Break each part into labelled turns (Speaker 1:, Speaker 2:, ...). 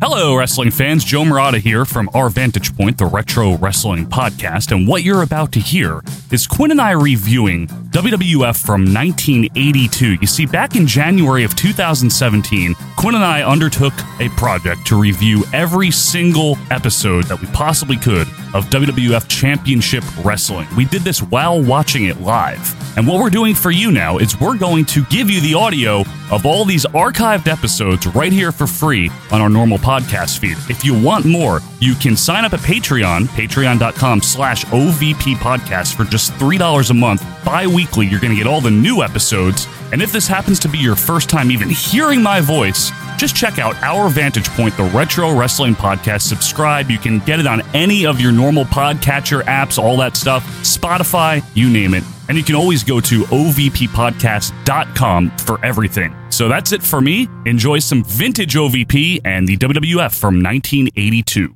Speaker 1: Hello, wrestling fans. Joe Murata here from Our Vantage Point, the Retro Wrestling Podcast. And what you're about to hear is Quinn and I reviewing WWF from 1982. You see, back in January of 2017, Quinn and I undertook a project to review every single episode that we possibly could of WWF Championship Wrestling. We did this while watching it live. And what we're doing for you now is we're going to give you the audio of all these archived episodes right here for free on our normal podcast feed. If you want more, you can sign up at Patreon, patreon.com slash OVP podcast for just $3 a month. Bi-weekly, you're going to get all the new episodes. And if this happens to be your first time even hearing my voice, just check out Our Vantage Point, the Retro Wrestling Podcast. Subscribe. You can get it on any of your normal podcatcher apps, all that stuff, Spotify, you name it. And you can always go to ovppodcast.com for everything. So that's it for me. Enjoy some vintage OVP and the WWF from 1982.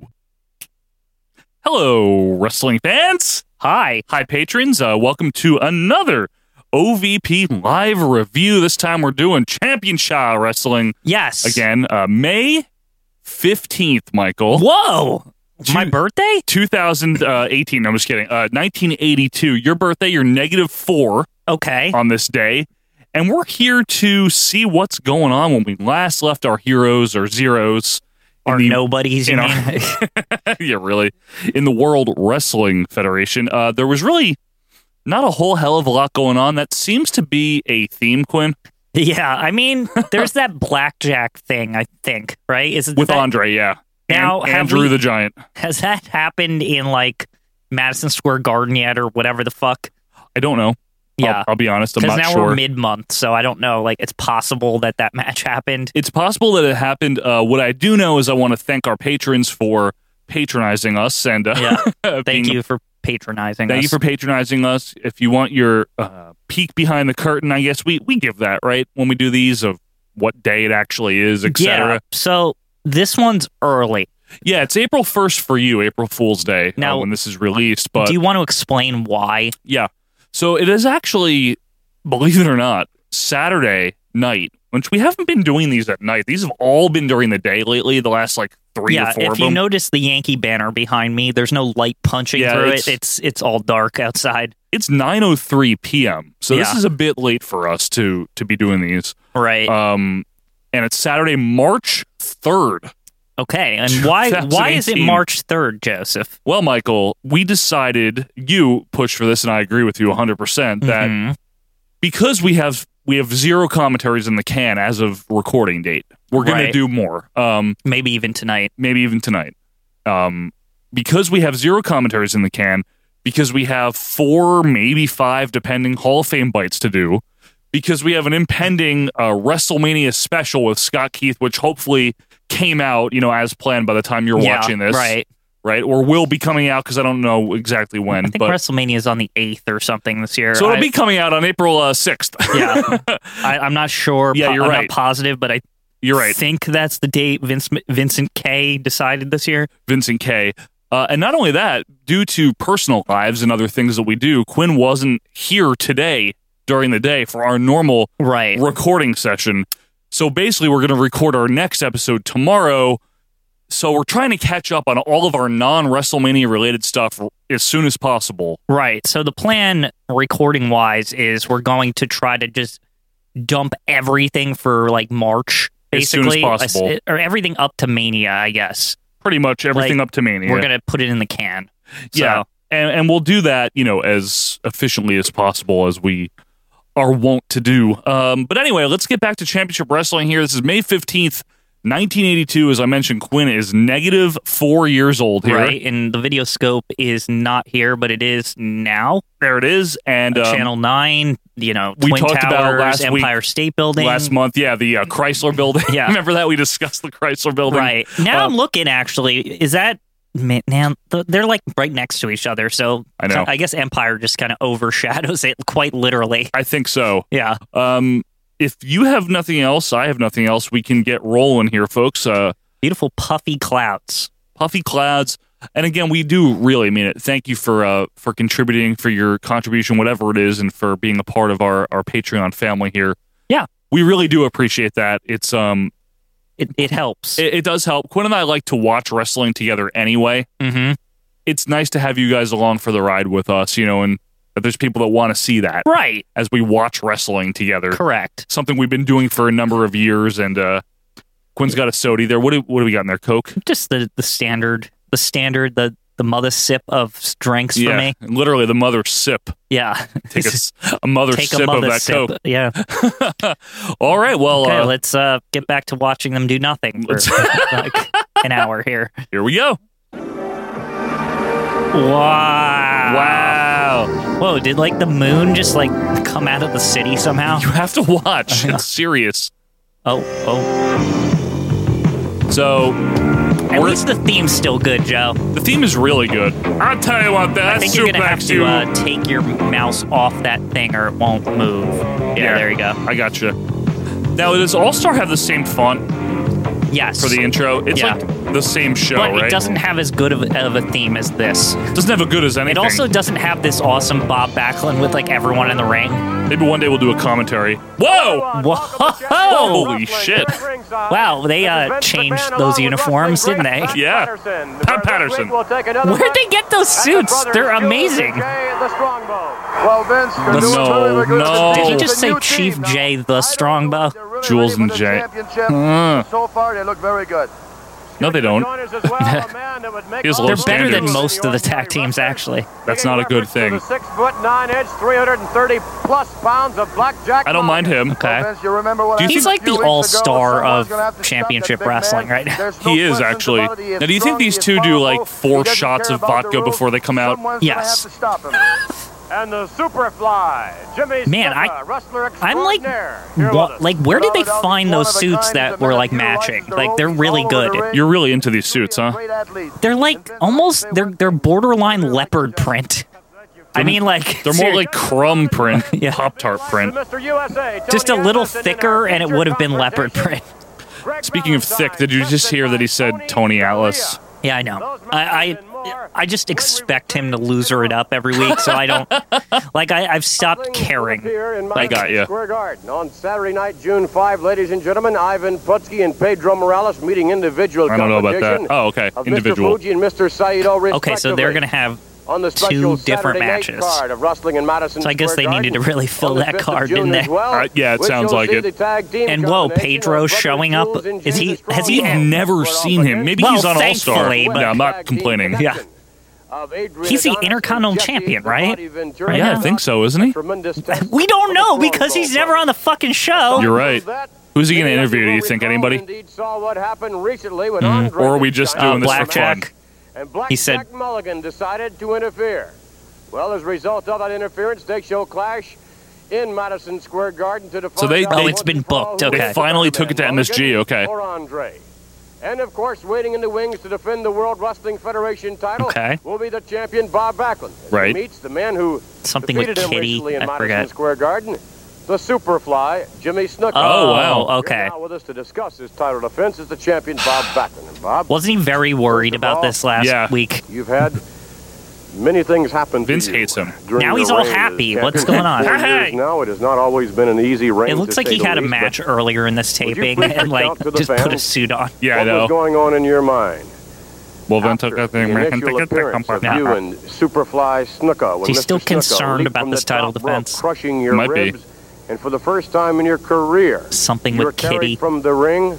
Speaker 1: Hello, wrestling fans. Hi. Hi, patrons. Uh, welcome to another OVP live review. This time we're doing Championship Wrestling
Speaker 2: Yes.
Speaker 1: again uh, may 15th michael
Speaker 2: Whoa. My
Speaker 1: Two-
Speaker 2: birthday?
Speaker 1: 2018 i'm just kidding uh, 1982 your birthday you're negative four
Speaker 2: Okay.
Speaker 1: on this day and we're here to see what's going on when we last left our heroes or zeros in
Speaker 2: or
Speaker 1: the-
Speaker 2: nobody's,
Speaker 1: you
Speaker 2: you
Speaker 1: know.
Speaker 2: mean?
Speaker 1: yeah really in the world wrestling federation uh, there was really not a whole hell of a lot going on that seems to be a theme quinn
Speaker 2: yeah. I mean, there's that blackjack thing, I think, right? Is it
Speaker 1: with
Speaker 2: that,
Speaker 1: andre yeah
Speaker 2: Now,
Speaker 1: and,
Speaker 2: have
Speaker 1: andrew
Speaker 2: we-
Speaker 1: the giant
Speaker 2: Has that happened in like Madison Square Garden yet or whatever the fuck?
Speaker 1: i don't know I'll-
Speaker 2: Yeah.
Speaker 1: i'll, be honest Oh, i'm
Speaker 2: Because
Speaker 1: not
Speaker 2: now
Speaker 1: sure
Speaker 2: we're mid month, so I don't know. Like, it's possible that that match happened.
Speaker 1: It's possible that it happened. Uh, what I do know is I want to thank our patrons for patronizing us and uh,
Speaker 2: Yeah.
Speaker 1: being-
Speaker 2: Thank you for patronizing
Speaker 1: Thank
Speaker 2: us.
Speaker 1: you for patronizing us. If you want your uh, peek behind the curtain, I guess we, we give that right when we do these of what day it actually is,
Speaker 2: Yeah.
Speaker 1: etc.
Speaker 2: So this one's early.
Speaker 1: Yeah. it's April first for you, April Fool's Day. uh,
Speaker 2: Now-
Speaker 1: when this is released, but
Speaker 2: Do you want to explain why?
Speaker 1: yeah, so it is actually, believe it or not, Saturday night. Which we haven't been doing these at night. These have all been during the day lately. The last like three
Speaker 2: yeah,
Speaker 1: or four
Speaker 2: if
Speaker 1: of
Speaker 2: you
Speaker 1: them.
Speaker 2: notice the Yankee banner behind me, there's no light punching
Speaker 1: Yeah,
Speaker 2: through
Speaker 1: it's-
Speaker 2: it. It's it's all dark outside.
Speaker 1: it's 9:03 p.m. So this
Speaker 2: Yeah.
Speaker 1: is a bit late for us to to be doing these.
Speaker 2: Right.
Speaker 1: Um and it's Saturday, March 3rd.
Speaker 2: okay. And why why is it
Speaker 1: 2018.
Speaker 2: March third, Joseph?
Speaker 1: Well, Michael, we decided you pushed for this and I agree with you 100% that
Speaker 2: Mhm.
Speaker 1: because we have we have zero commentaries in the can as of recording date. We're going to
Speaker 2: Right.
Speaker 1: do more. Um
Speaker 2: maybe even tonight.
Speaker 1: maybe even tonight. Um, because we have zero commentaries in the can, because we have four, maybe five, depending Hall of Fame bites to do, because we have an impending uh, WrestleMania special with Scott Keith, which hopefully came out, you know, as planned by the time you're
Speaker 2: Yeah,
Speaker 1: watching this,
Speaker 2: right?
Speaker 1: Right, or will be coming out because I don't know exactly when,
Speaker 2: I think
Speaker 1: but
Speaker 2: WrestleMania is on the eighth or something this year.
Speaker 1: so it'll
Speaker 2: I,
Speaker 1: be coming out on April uh, sixth.
Speaker 2: yeah. I, I'm not sure.
Speaker 1: Yeah, you're
Speaker 2: I'm
Speaker 1: right.
Speaker 2: Not positive, but I
Speaker 1: you're right,
Speaker 2: think that's the date Vince Vincent K decided this year.
Speaker 1: Vincent K. Uh, and not only that, due to personal lives and other things that we do, Quinn wasn't here today during the day for our normal
Speaker 2: Right.
Speaker 1: recording session. So basically, we're going to record our next episode tomorrow. So we're trying to catch up on all of our non WrestleMania related stuff as soon as possible.
Speaker 2: Right. So the plan, recording wise, is we're going to try to just dump everything for like March,
Speaker 1: As soon as
Speaker 2: basically,
Speaker 1: possible.
Speaker 2: or everything up to Mania. I guess
Speaker 1: Pretty much everything up to Mania.
Speaker 2: we're gonna put it in the can. So,
Speaker 1: Yeah. and, and we'll do that, you know, as efficiently as possible as we are wont to do. Um, but anyway, let's get back to championship wrestling here. This is May 15th, 1982. As I mentioned, Quinn is negative four years old here.
Speaker 2: Right. And the video scope is not here, but it is now.
Speaker 1: There it is. And um,
Speaker 2: Channel Nine. You know,
Speaker 1: we
Speaker 2: Twin
Speaker 1: talked
Speaker 2: Towers,
Speaker 1: about last week-
Speaker 2: Empire State Building.
Speaker 1: last month, yeah, the uh, Chrysler building.
Speaker 2: Yeah.
Speaker 1: Remember that? We discussed the Chrysler building.
Speaker 2: Right. Now
Speaker 1: Uh,
Speaker 2: I'm looking. Actually, is that? Man, man, th- they're like right next to each other. So
Speaker 1: I know.
Speaker 2: I guess Empire just kind of overshadows it quite literally.
Speaker 1: I think so.
Speaker 2: Yeah.
Speaker 1: Um, if you have nothing else, I have nothing else. We can get rolling here, folks. Uh,
Speaker 2: Beautiful puffy clouds.
Speaker 1: puffy clouds. And again, we do really mean it. Thank you for uh, for contributing, for your contribution, whatever it is, and for being a part of our our Patreon family here.
Speaker 2: Yeah.
Speaker 1: we really do appreciate that. It's um,
Speaker 2: It, it helps.
Speaker 1: It, it does help. Quinn and I like to watch wrestling together anyway.
Speaker 2: hmm
Speaker 1: It's nice to have you guys along for the ride with us, you know, and that there's people that want to see that
Speaker 2: Right.
Speaker 1: as we watch wrestling together.
Speaker 2: Correct.
Speaker 1: Something we've been doing for a number of years. And uh, Quinn's got a soda there. What do, what do we got in there? Coke?
Speaker 2: Just the the standard, the standard, the the mother sip of drinks for me.
Speaker 1: Literally the mother sip.
Speaker 2: Yeah.
Speaker 1: Take a, s- a mother
Speaker 2: Take
Speaker 1: sip
Speaker 2: mother
Speaker 1: of that
Speaker 2: sip.
Speaker 1: Coke.
Speaker 2: Yeah.
Speaker 1: All right. Well,
Speaker 2: Okay,
Speaker 1: uh,
Speaker 2: let's uh, get back to watching them do nothing for like an hour here.
Speaker 1: here we go.
Speaker 2: Wow.
Speaker 1: Wow.
Speaker 2: Whoa, did like the moon just like come out of the city somehow?
Speaker 1: You have to watch. It's serious.
Speaker 2: Oh, oh.
Speaker 1: So
Speaker 2: At
Speaker 1: We're-
Speaker 2: least the theme's still good, Joe.
Speaker 1: the theme is really good. I'll tell you what,
Speaker 2: I
Speaker 1: that
Speaker 2: think you're
Speaker 1: soup
Speaker 2: gonna have
Speaker 1: back
Speaker 2: to uh, take your mouse off that thing or it won't move. Yeah,
Speaker 1: Yeah.
Speaker 2: there you go.
Speaker 1: I gotcha. Now, does All Star have the same font
Speaker 2: Yes.
Speaker 1: for the intro? It's
Speaker 2: Yeah.
Speaker 1: like the same show,
Speaker 2: but
Speaker 1: right?
Speaker 2: it doesn't have as good of, of a theme as this.
Speaker 1: Doesn't have a good as anything.
Speaker 2: It also doesn't have this awesome Bob Backlund with like everyone in the ring.
Speaker 1: Maybe one day we'll do a commentary. Whoa!
Speaker 2: Whoa!
Speaker 1: Holy shit.
Speaker 2: Wow, they uh, changed those uniforms, didn't they?
Speaker 1: Yeah. Pat Patterson.
Speaker 2: Where'd
Speaker 3: Where'd
Speaker 2: they get those suits? They're amazing.
Speaker 3: Well, Vince, the
Speaker 1: That's-
Speaker 3: new
Speaker 1: No,
Speaker 3: Charlie Laguna
Speaker 1: no.
Speaker 3: team
Speaker 1: Did he
Speaker 3: is
Speaker 2: just
Speaker 3: a
Speaker 2: say
Speaker 3: new
Speaker 2: Chief
Speaker 3: team.
Speaker 2: J, the
Speaker 3: I don't know
Speaker 2: Strongbow?
Speaker 3: if they're really
Speaker 1: Jules
Speaker 3: ready
Speaker 1: and
Speaker 3: for the
Speaker 1: J.
Speaker 3: championship.
Speaker 2: Hmm.
Speaker 1: Uh.
Speaker 3: So far, they look very good.
Speaker 1: No, they don't.
Speaker 3: Joiners as well, a man that would make
Speaker 1: Here's
Speaker 3: all
Speaker 1: low
Speaker 2: They're
Speaker 3: the
Speaker 2: better than
Speaker 1: standards.
Speaker 2: most of the tag teams, actually.
Speaker 1: That's not a good thing.
Speaker 3: Six foot nine inch, 330 plus pounds of blackjack.
Speaker 1: I don't mind him.
Speaker 2: Okay.
Speaker 3: Vince, you remember what
Speaker 1: Do you
Speaker 3: I
Speaker 1: think-
Speaker 2: He's
Speaker 3: said a
Speaker 2: like
Speaker 3: few
Speaker 2: the
Speaker 3: weeks ago,
Speaker 2: all-star
Speaker 3: someone's
Speaker 2: of
Speaker 3: gonna have to stop
Speaker 2: championship
Speaker 3: that big man.
Speaker 2: wrestling right now.
Speaker 3: There's no
Speaker 1: He is
Speaker 3: questions
Speaker 1: actually.
Speaker 3: about it. He
Speaker 1: Now,
Speaker 3: is
Speaker 1: do you think
Speaker 3: strong,
Speaker 1: these
Speaker 3: he is
Speaker 1: two do
Speaker 3: powerful,
Speaker 1: like four
Speaker 3: he doesn't
Speaker 1: shots
Speaker 3: care
Speaker 1: of
Speaker 3: about the
Speaker 1: vodka
Speaker 3: rules.
Speaker 1: before they come out?
Speaker 3: Someone's gonna have
Speaker 2: Yes.
Speaker 3: to stop him. and the Superfly, Jimmy
Speaker 2: Man, I-
Speaker 3: Snuka, wrestler
Speaker 2: I'm like,
Speaker 3: extraordinaire, here with
Speaker 2: what,
Speaker 3: us.
Speaker 2: like, where did they
Speaker 3: Philadelphia's
Speaker 2: find
Speaker 3: one
Speaker 2: those
Speaker 3: of a
Speaker 2: suits
Speaker 3: kind,
Speaker 2: that
Speaker 3: he's a
Speaker 2: were
Speaker 3: man
Speaker 2: like
Speaker 3: who utilizes
Speaker 2: matching?
Speaker 3: the
Speaker 2: Like, they're
Speaker 3: ropes
Speaker 2: really
Speaker 3: all over the
Speaker 2: good.
Speaker 3: ring.
Speaker 1: You're really into these suits, huh?
Speaker 3: Great athlete.
Speaker 2: They're like almost they're they're borderline leopard print. I mean, like
Speaker 1: They're more like crumb print,
Speaker 2: Yeah.
Speaker 1: Pop Tart print.
Speaker 3: Mr. USA,
Speaker 2: just a
Speaker 3: Tony
Speaker 2: little
Speaker 3: Anderson in our
Speaker 2: thicker, and it
Speaker 3: picture
Speaker 2: would have been leopard
Speaker 3: confrontation.
Speaker 2: print.
Speaker 3: Greg
Speaker 1: Speaking of thick,
Speaker 3: Valentine,
Speaker 1: did you just hear that he said
Speaker 3: tested by
Speaker 1: Tony Atlas?
Speaker 3: Scalia.
Speaker 2: Yeah, I know. I, I I just expect him to loser it up every week, so I don't like. I, I've stopped caring.
Speaker 1: I got ya.
Speaker 3: Square Garden on Saturday night, June 5, ladies and gentlemen, Ivan Putski and Pedro Morales meeting individual
Speaker 1: I don't know about that.
Speaker 3: competition
Speaker 1: Oh, okay.
Speaker 3: of
Speaker 1: Individual.
Speaker 3: Mr. Fuji and Mr. Saito,
Speaker 2: Okay, so they're gonna have
Speaker 3: on the
Speaker 2: two
Speaker 3: special
Speaker 2: different
Speaker 3: Saturday night
Speaker 2: matches.
Speaker 3: Card of wrestling in Madison
Speaker 2: So I guess
Speaker 3: Square
Speaker 2: they needed
Speaker 3: Garden.
Speaker 2: to really fill
Speaker 3: On the
Speaker 2: that
Speaker 3: 5th of
Speaker 2: card in
Speaker 3: June
Speaker 2: there.
Speaker 3: as well,
Speaker 1: Uh, yeah, it
Speaker 3: we
Speaker 1: sounds
Speaker 3: shall
Speaker 1: like
Speaker 3: see
Speaker 1: it.
Speaker 3: the tag team
Speaker 2: And whoa,
Speaker 3: combination of
Speaker 2: Pedro
Speaker 3: Brother
Speaker 2: showing up.
Speaker 3: Jules and
Speaker 2: Is he-
Speaker 3: Jesus
Speaker 2: has he
Speaker 1: You've
Speaker 3: Cromwell.
Speaker 2: Yeah.
Speaker 1: never seen him. Maybe
Speaker 2: Well,
Speaker 1: he's on All Star.
Speaker 2: thankfully,
Speaker 1: No,
Speaker 2: but-
Speaker 1: I'm not complaining.
Speaker 2: Yeah.
Speaker 3: He's the Intercontinental Champion, right?
Speaker 1: Yeah, I think so, isn't he?
Speaker 2: We don't know because he's never on the fucking show.
Speaker 1: You're right. Who's he going to interview? Do you think anybody?
Speaker 3: Mm.
Speaker 1: Or are we just
Speaker 2: Uh,
Speaker 1: doing this for
Speaker 2: Blackjack.
Speaker 3: And Black
Speaker 2: He said-
Speaker 3: Jack Mulligan decided to interfere. Well, as a result of that interference, they show clash in Madison Square Garden to define
Speaker 1: they-
Speaker 3: out
Speaker 1: they- Oh,
Speaker 2: it's been
Speaker 3: once and for all
Speaker 2: booked,
Speaker 3: who
Speaker 2: okay.
Speaker 3: is
Speaker 2: They
Speaker 3: the
Speaker 1: finally
Speaker 3: better
Speaker 1: took it to
Speaker 3: man,
Speaker 1: MSG,
Speaker 3: Mulligan
Speaker 1: okay.
Speaker 3: Or Andre. And of course, waiting in the wings to defend the World Wrestling Federation title
Speaker 2: Okay.
Speaker 3: will be the champion Bob Backlund. as he
Speaker 1: Right.
Speaker 3: meets the man who
Speaker 2: Something with
Speaker 3: defeated him
Speaker 2: Kitty,
Speaker 3: recently in
Speaker 2: I
Speaker 3: Madison
Speaker 2: forgot.
Speaker 3: Square Garden, the Superfly, Jimmy Snooker.
Speaker 2: Oh,
Speaker 1: wow.
Speaker 2: okay.
Speaker 3: Now with us to discuss his title defense is the champion Bob Backlund. And Bob,
Speaker 2: Wasn't he very worried about this last
Speaker 1: Yeah.
Speaker 2: week?
Speaker 3: You've had many things happen. to
Speaker 1: Vince
Speaker 3: you
Speaker 1: hates him.
Speaker 3: during
Speaker 2: Now
Speaker 3: your
Speaker 2: he's all
Speaker 3: reign as
Speaker 2: happy.
Speaker 3: champion.
Speaker 2: What's going on?
Speaker 3: Four
Speaker 1: Hey!
Speaker 3: years Now it has not always been an easy reign.
Speaker 2: It looks
Speaker 3: to
Speaker 2: like
Speaker 3: say
Speaker 2: he
Speaker 3: the
Speaker 2: had a
Speaker 3: least, but
Speaker 2: match earlier in this
Speaker 3: you
Speaker 2: taping
Speaker 3: please
Speaker 2: and
Speaker 3: reach
Speaker 2: like
Speaker 3: out to the
Speaker 2: just put a
Speaker 3: fans?
Speaker 2: suit on.
Speaker 1: Yeah, I
Speaker 3: What was
Speaker 1: know.
Speaker 3: going on in your mind?
Speaker 1: Well, then,
Speaker 3: after the initial appearance of you and Superfly Snuka. when
Speaker 2: He's
Speaker 3: Mr.
Speaker 2: still
Speaker 3: Snuka
Speaker 2: concerned
Speaker 3: leaped
Speaker 2: about
Speaker 3: from
Speaker 2: this
Speaker 3: the
Speaker 2: title
Speaker 3: top rope,
Speaker 2: defense.
Speaker 3: Crushing your
Speaker 1: Might be.
Speaker 3: ribs, and for the first time in your career,
Speaker 2: Something
Speaker 3: you were
Speaker 2: with
Speaker 3: carried
Speaker 2: Kitty.
Speaker 3: from the ring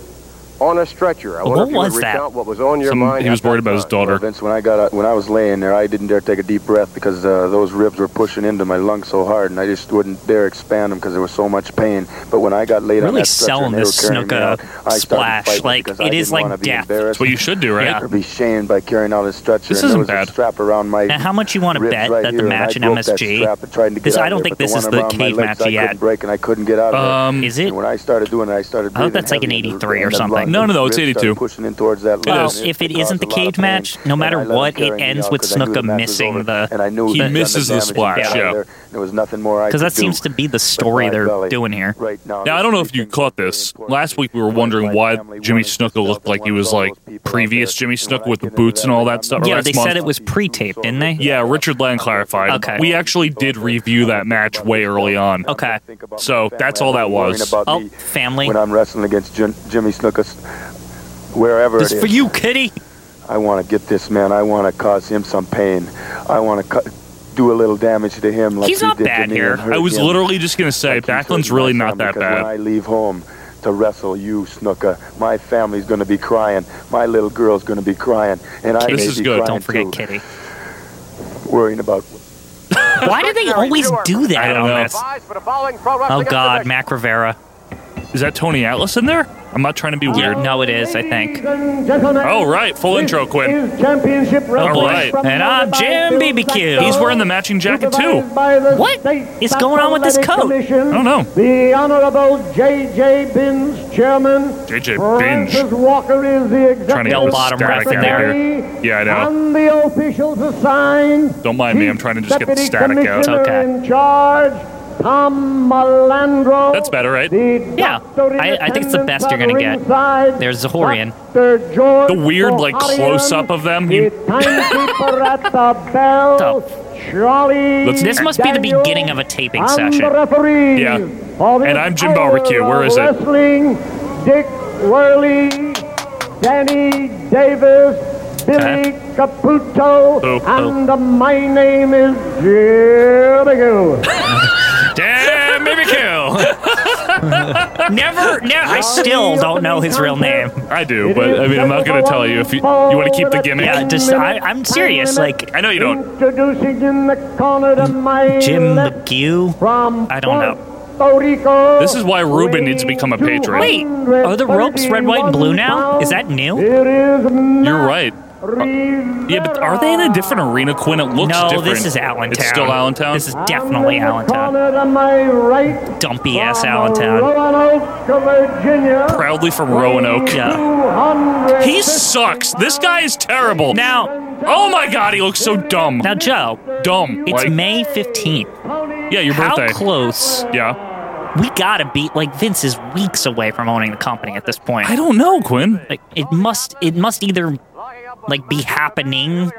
Speaker 3: on a stretcher. I
Speaker 2: What
Speaker 3: wonder if you
Speaker 2: was
Speaker 3: would
Speaker 2: that?
Speaker 3: recount What was on your
Speaker 1: Some-
Speaker 3: mind?
Speaker 1: he was
Speaker 3: at that
Speaker 1: worried about his
Speaker 3: time.
Speaker 1: daughter.
Speaker 4: Vince, when I got out, when I was laying there, I didn't dare take a deep breath because uh, those ribs were pushing into my lungs so hard, and I just wouldn't dare expand them because there was so much pain. But when I got laid on
Speaker 2: Really
Speaker 4: that stretcher
Speaker 2: selling
Speaker 4: and they
Speaker 2: this
Speaker 4: were carrying me
Speaker 2: snooker
Speaker 4: out, I started
Speaker 2: splash,
Speaker 4: fighting
Speaker 2: like,
Speaker 4: because
Speaker 2: it
Speaker 4: I
Speaker 2: is
Speaker 4: didn't
Speaker 2: like
Speaker 4: wanna be
Speaker 2: death.
Speaker 1: That's
Speaker 4: embarrassed
Speaker 1: what you should do,
Speaker 2: Yeah.
Speaker 1: right?
Speaker 4: Or be shamed by carrying out a stretcher.
Speaker 1: This
Speaker 4: and
Speaker 1: isn't
Speaker 4: there
Speaker 1: bad.
Speaker 4: was A strap around my
Speaker 2: Now, how much you want to
Speaker 4: ribs
Speaker 2: bet
Speaker 4: right
Speaker 2: that the
Speaker 4: here, and
Speaker 2: match in
Speaker 4: I broke that
Speaker 2: MSG?
Speaker 4: strap and tried to get
Speaker 2: This- I
Speaker 4: out of
Speaker 2: don't
Speaker 4: there,
Speaker 2: think
Speaker 4: but
Speaker 2: this
Speaker 4: one
Speaker 2: is
Speaker 4: of
Speaker 2: the
Speaker 4: them around my
Speaker 2: cage
Speaker 4: legs,
Speaker 2: match
Speaker 4: I
Speaker 2: yet.
Speaker 4: couldn't break and I couldn't get out of there.
Speaker 1: Um,
Speaker 2: Is it?
Speaker 4: And when I started doing it, I started.
Speaker 2: I hope
Speaker 4: breathing
Speaker 2: that's like an
Speaker 4: heavy and
Speaker 2: 83 or
Speaker 4: the
Speaker 2: something.
Speaker 4: lungs
Speaker 1: No, no, no,
Speaker 4: and
Speaker 1: it's
Speaker 4: ribs
Speaker 1: 82.
Speaker 4: started Pushing in towards that
Speaker 1: It
Speaker 2: Well,
Speaker 1: is.
Speaker 2: if it isn't the cage match, no matter what, it ends with Snuka missing the.
Speaker 1: He misses the splash, yeah.
Speaker 4: There was nothing more I
Speaker 2: Because that
Speaker 4: could do.
Speaker 2: seems to be the story
Speaker 4: my
Speaker 2: they're
Speaker 4: belly.
Speaker 2: doing here.
Speaker 4: Right now,
Speaker 1: Now I don't know if you caught this. Last week we were wondering why Jimmy Snuka looked like he was like previous Jimmy Snuka with the boots and all that stuff. or
Speaker 2: Yeah,
Speaker 1: last
Speaker 2: they
Speaker 1: month.
Speaker 2: said it was pre-taped, didn't they?
Speaker 1: Yeah, Richard Land clarified.
Speaker 2: Okay.
Speaker 1: We actually did review that match way early on.
Speaker 2: Okay.
Speaker 1: So, that's all that was.
Speaker 4: Worrying about
Speaker 2: Oh,
Speaker 4: me
Speaker 2: family.
Speaker 4: When I'm wrestling against Jim, Jimmy Snuka, wherever
Speaker 2: This
Speaker 4: it is.
Speaker 2: for you, kitty.
Speaker 4: I want to get this man. I want to cause him some pain. I want to cu- do a little damage to him. Like
Speaker 2: He's
Speaker 4: he
Speaker 2: not
Speaker 4: did to
Speaker 2: bad
Speaker 4: me
Speaker 2: here.
Speaker 4: and hurt
Speaker 1: I was
Speaker 4: him.
Speaker 1: literally just gonna say
Speaker 4: Like he
Speaker 1: Backlund's
Speaker 4: hurt my
Speaker 1: really not
Speaker 4: family,
Speaker 1: that
Speaker 4: 'cause
Speaker 1: bad.
Speaker 4: When I leave home to wrestle you, Snooka, my family's going to be crying. My little girl's going to be crying, and I
Speaker 1: This
Speaker 4: may
Speaker 1: is
Speaker 4: be
Speaker 1: good.
Speaker 4: crying
Speaker 2: Don't forget
Speaker 4: too,
Speaker 2: kitty.
Speaker 4: worrying about
Speaker 2: Why do they always do
Speaker 1: I
Speaker 2: that
Speaker 1: don't
Speaker 2: on
Speaker 1: know.
Speaker 2: this?
Speaker 3: Advised for the following pro
Speaker 2: Oh
Speaker 3: wrestling
Speaker 2: God,
Speaker 3: exhibition.
Speaker 2: Mac Rivera.
Speaker 1: Is that Tony Atlas in there? I'm not trying to be weird.
Speaker 2: No, it is. I think.
Speaker 1: Oh, right. Full intro, Quinn.
Speaker 5: Championship
Speaker 1: All
Speaker 5: All
Speaker 1: right.
Speaker 5: Oh, right.
Speaker 2: Oh, And I'm Jim BBQ.
Speaker 1: He's wearing the matching jacket Oh. too.
Speaker 2: What is going on with this coat?
Speaker 1: I don't know.
Speaker 5: The Honorable J.J. Binns, Chairman.
Speaker 1: JJ
Speaker 5: Francis
Speaker 1: Binge.
Speaker 5: Walker is the
Speaker 1: Trying to get
Speaker 5: executive
Speaker 2: Bell
Speaker 1: this
Speaker 2: bottom
Speaker 1: static
Speaker 2: right
Speaker 1: in
Speaker 2: there.
Speaker 1: here. Yeah, I know.
Speaker 5: And the officials assigned.
Speaker 1: Don't mind me. I'm trying to just get the
Speaker 5: Deputy
Speaker 1: static out.
Speaker 5: Commissioner
Speaker 2: Okay.
Speaker 5: in charge, Tom Malandro.
Speaker 1: That's better, right?
Speaker 5: The
Speaker 2: Yeah.
Speaker 5: doctor in
Speaker 2: I- I think it's the best you're
Speaker 5: attendance
Speaker 2: gonna
Speaker 5: at
Speaker 2: get.
Speaker 5: ringside,
Speaker 2: There's Zahorian.
Speaker 5: Dr. George
Speaker 1: The weird, like,
Speaker 5: Zahorian,
Speaker 1: close-up of them, you-
Speaker 5: The timekeeper at the bell. Charlie.
Speaker 1: Let's-
Speaker 2: This must be the
Speaker 5: Daniels,
Speaker 2: beginning of a taping
Speaker 5: and
Speaker 2: session.
Speaker 5: The referees
Speaker 1: Yeah.
Speaker 5: for this
Speaker 1: And I'm Jim
Speaker 5: hour
Speaker 1: Barbecue. Where
Speaker 5: of
Speaker 1: is it?
Speaker 5: Wrestling, Dick Worley, Danny Davis, Billy Caputo,
Speaker 1: Oh, oh.
Speaker 5: and uh, my name is Jim McGill.
Speaker 1: Damn, baby kill.
Speaker 2: Never, never. I still don't know his real name.
Speaker 1: I do, but I mean, I'm not gonna tell you if you, you want to keep the gimmick.
Speaker 2: Yeah, just I, I'm serious. Like
Speaker 1: I know you don't.
Speaker 5: Introducing in the corner to my
Speaker 2: Jim
Speaker 5: left
Speaker 2: McGew.
Speaker 5: from
Speaker 2: I don't know.
Speaker 5: Puerto Rico.
Speaker 1: This is why Ruben needs to become a patron.
Speaker 2: Wait, are the ropes red, white, and blue now? Is that new?
Speaker 5: It is
Speaker 1: You're right.
Speaker 5: Rivera.
Speaker 1: Yeah, but are they in a different arena, Quinn? It looks
Speaker 2: No,
Speaker 1: different.
Speaker 2: this is Allentown.
Speaker 1: It's still Allentown.
Speaker 2: This is definitely
Speaker 5: And in the
Speaker 2: Allentown.
Speaker 5: corner to my right,
Speaker 2: Dumpy ass
Speaker 5: from
Speaker 2: Allentown.
Speaker 5: Roanoke to Virginia.
Speaker 1: proudly from Roanoke.
Speaker 2: Yeah.
Speaker 5: 200
Speaker 1: He sucks. This guy is terrible.
Speaker 2: Now,
Speaker 1: oh my god, he looks so dumb.
Speaker 2: now, Joe.
Speaker 1: dumb.
Speaker 2: It's
Speaker 1: like,
Speaker 2: May 15th.
Speaker 1: yeah, your
Speaker 2: How
Speaker 1: birthday.
Speaker 2: close?
Speaker 1: yeah.
Speaker 2: We gotta be like Vince is weeks away from owning the company at this point.
Speaker 1: I don't know, Quinn.
Speaker 2: Like it must, it must either like be happening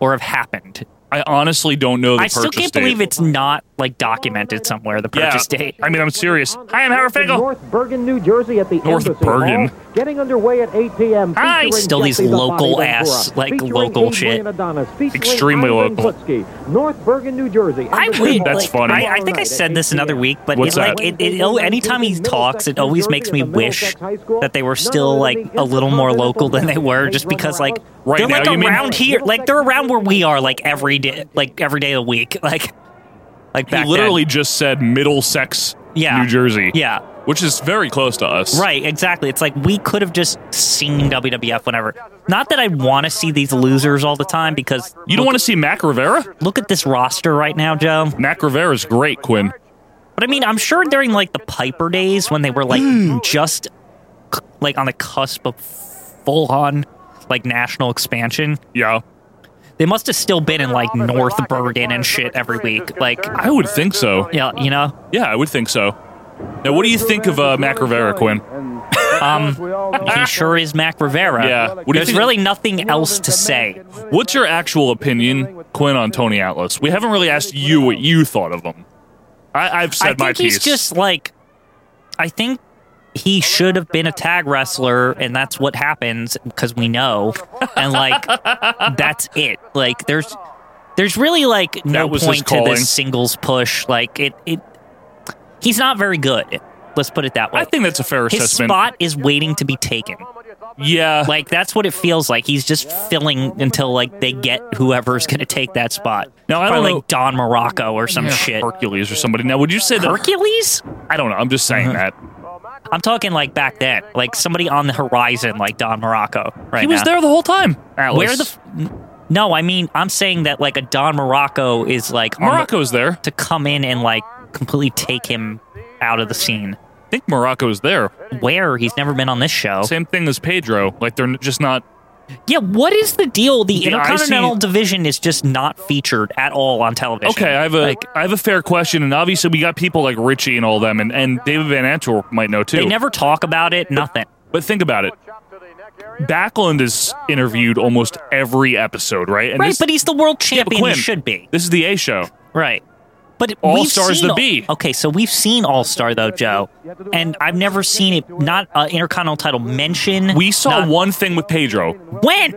Speaker 2: or have happened.
Speaker 1: I honestly don't know the
Speaker 2: I
Speaker 1: purchase
Speaker 2: still can't
Speaker 1: date.
Speaker 2: believe it's not like documented somewhere the
Speaker 1: Yeah.
Speaker 2: purchase date.
Speaker 1: I mean, I'm serious. Hi, I'm Howard Finkel.
Speaker 6: North Bergen, New Jersey at the
Speaker 1: North
Speaker 6: Embassy
Speaker 1: Bergen.
Speaker 6: Hall, getting underway at 8 p.m.
Speaker 2: Ah,
Speaker 6: featuring
Speaker 2: still these
Speaker 6: Jesse the Body
Speaker 2: local
Speaker 6: Ventura,
Speaker 2: ass, like,
Speaker 6: featuring
Speaker 2: local
Speaker 6: Adrian
Speaker 2: shit.
Speaker 6: Adonis, featuring
Speaker 1: Extremely
Speaker 6: Ivan
Speaker 1: local.
Speaker 6: Putski, North Bergen, New Jersey.
Speaker 2: I
Speaker 6: Embassy
Speaker 2: would.
Speaker 6: Hall.
Speaker 1: That's
Speaker 2: like,
Speaker 1: funny.
Speaker 2: I, I think I said this another week, but
Speaker 1: What's
Speaker 2: it's
Speaker 1: that?
Speaker 2: like it, it, oh, anytime he talks, it always makes me wish that they were still like a little more local than they were, just because like
Speaker 1: Right
Speaker 2: they're
Speaker 1: now,
Speaker 2: like
Speaker 1: you mean?
Speaker 2: around here, like they're around where we are, like every day, like every day of the week, like like
Speaker 1: He
Speaker 2: back
Speaker 1: literally just said Middlesex,
Speaker 2: Yeah.
Speaker 1: New Jersey.
Speaker 2: then. Yeah.
Speaker 1: Which is very close to us.
Speaker 2: Right, exactly. It's like we could have just seen WWF whenever. Not that I want to see these losers all the time because
Speaker 1: You don't want to see Mac Rivera?
Speaker 2: look at this roster right now, Joe.
Speaker 1: Mac Rivera's great, Quinn.
Speaker 2: But I mean, I'm sure during like the Piper days when they were like just c- like on the cusp of full on like national expansion,
Speaker 1: Yeah.
Speaker 2: they must have still been in like North Bergen and shit every week. Like,
Speaker 1: I would think so.
Speaker 2: yeah, you know,
Speaker 1: Yeah, I would think so. Now, what do you think of uh, Mac Rivera, Quinn?
Speaker 2: um, he sure is Mac Rivera.
Speaker 1: Yeah. What do you
Speaker 2: There's
Speaker 1: think-
Speaker 2: really nothing else to say.
Speaker 1: What's your actual opinion, Quinn, on Tony Atlas? We haven't really asked you what you thought of him. I, I've said
Speaker 2: I think
Speaker 1: my piece.
Speaker 2: he's just like, I think he should have been a tag wrestler, and that's what happens because we know, and like that's it. Like there's, there's really like no
Speaker 1: That was his
Speaker 2: point to
Speaker 1: calling.
Speaker 2: this singles push. Like it, it, he's not very good. Let's put it that way.
Speaker 1: I think that's a fair
Speaker 2: his
Speaker 1: assessment.
Speaker 2: spot is waiting to be taken.
Speaker 1: yeah,
Speaker 2: Like that's what it feels like. He's just filling until like they get whoever's gonna take that spot.
Speaker 1: Now, I don't
Speaker 2: Probably
Speaker 1: know-
Speaker 2: like Don Morocco or some
Speaker 1: Yeah,
Speaker 2: shit.
Speaker 1: Hercules or somebody. Now, would you say that?
Speaker 2: Hercules?
Speaker 1: I don't know. I'm just saying
Speaker 2: Uh-huh.
Speaker 1: that
Speaker 2: I'm talking like back then, like somebody on the horizon, like Don Morocco. Right
Speaker 1: he was
Speaker 2: now.
Speaker 1: there the whole time. Atlas.
Speaker 2: Where the? F- no, I mean I'm saying that like a Don Morocco is like on the-
Speaker 1: Morocco's there?
Speaker 2: to come in and like completely take him out of the scene.
Speaker 1: I think Morocco's there.
Speaker 2: Where he's never been on this show.
Speaker 1: Same thing as Pedro. Like they're n- just not.
Speaker 2: Yeah, what is the deal? The
Speaker 1: Yeah, I
Speaker 2: Intercontinental
Speaker 1: see-
Speaker 2: Division is just not featured at all on television.
Speaker 1: Okay, I have a I
Speaker 2: Like,
Speaker 1: have a fair question, and obviously we got people like Richie and all them, and, and David Van Antwerp might know too.
Speaker 2: they never talk about it. Nothing.
Speaker 1: but think about it. Backlund is interviewed almost every episode, right? And
Speaker 2: Right,
Speaker 1: this-
Speaker 2: but he's the world
Speaker 1: Yeah, but
Speaker 2: champion.
Speaker 1: Quinn,
Speaker 2: he should be.
Speaker 1: This is the A show.
Speaker 2: Right. But
Speaker 1: All
Speaker 2: we've
Speaker 1: Star's
Speaker 2: seen,
Speaker 1: the B.
Speaker 2: Okay, so we've seen All Star though, Joe, and I've never seen it. Not uh, intercontinental title mention.
Speaker 1: We saw
Speaker 2: not-
Speaker 1: one thing with Pedro.
Speaker 2: when.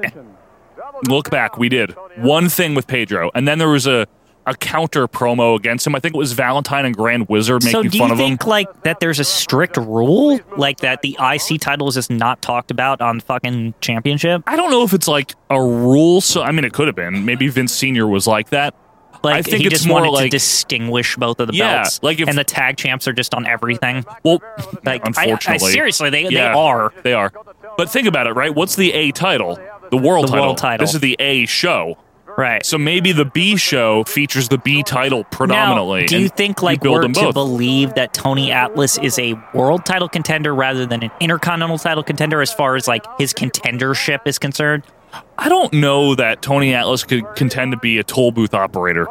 Speaker 1: Look back, we did one thing with Pedro, and then there was a a counter promo against him. I think it was Valentine and Grand Wizard
Speaker 2: So
Speaker 1: making
Speaker 2: do
Speaker 1: fun
Speaker 2: you
Speaker 1: of
Speaker 2: think
Speaker 1: him.
Speaker 2: like that? There's a strict rule like that. The IC title is just not talked about on fucking championship.
Speaker 1: I don't know if it's like a rule. So I mean, it could have been. Maybe Vince Senior was like that.
Speaker 2: Like
Speaker 1: I think
Speaker 2: he
Speaker 1: it's
Speaker 2: just
Speaker 1: more
Speaker 2: wanted to
Speaker 1: like-
Speaker 2: distinguish both of the
Speaker 1: Yeah,
Speaker 2: belts.
Speaker 1: like if-
Speaker 2: and the tag champs are just on everything.
Speaker 1: Well,
Speaker 2: Like I- I,
Speaker 1: unfortunately,
Speaker 2: seriously, they they
Speaker 1: Yeah,
Speaker 2: are.
Speaker 1: They are. But think about it, right? What's the A title? The world
Speaker 2: The
Speaker 1: title.
Speaker 2: world title.
Speaker 1: This is the A show.
Speaker 2: Right.
Speaker 1: So maybe the B show features the B title predominantly.
Speaker 2: Now, do
Speaker 1: and
Speaker 2: you think like
Speaker 1: build
Speaker 2: we're
Speaker 1: them
Speaker 2: to
Speaker 1: both.
Speaker 2: believe that Tony Atlas is a world title contender rather than an intercontinental title contender as far as like his contendership is concerned?
Speaker 1: I don't know that Tony Atlas could contend to be a toll booth operator.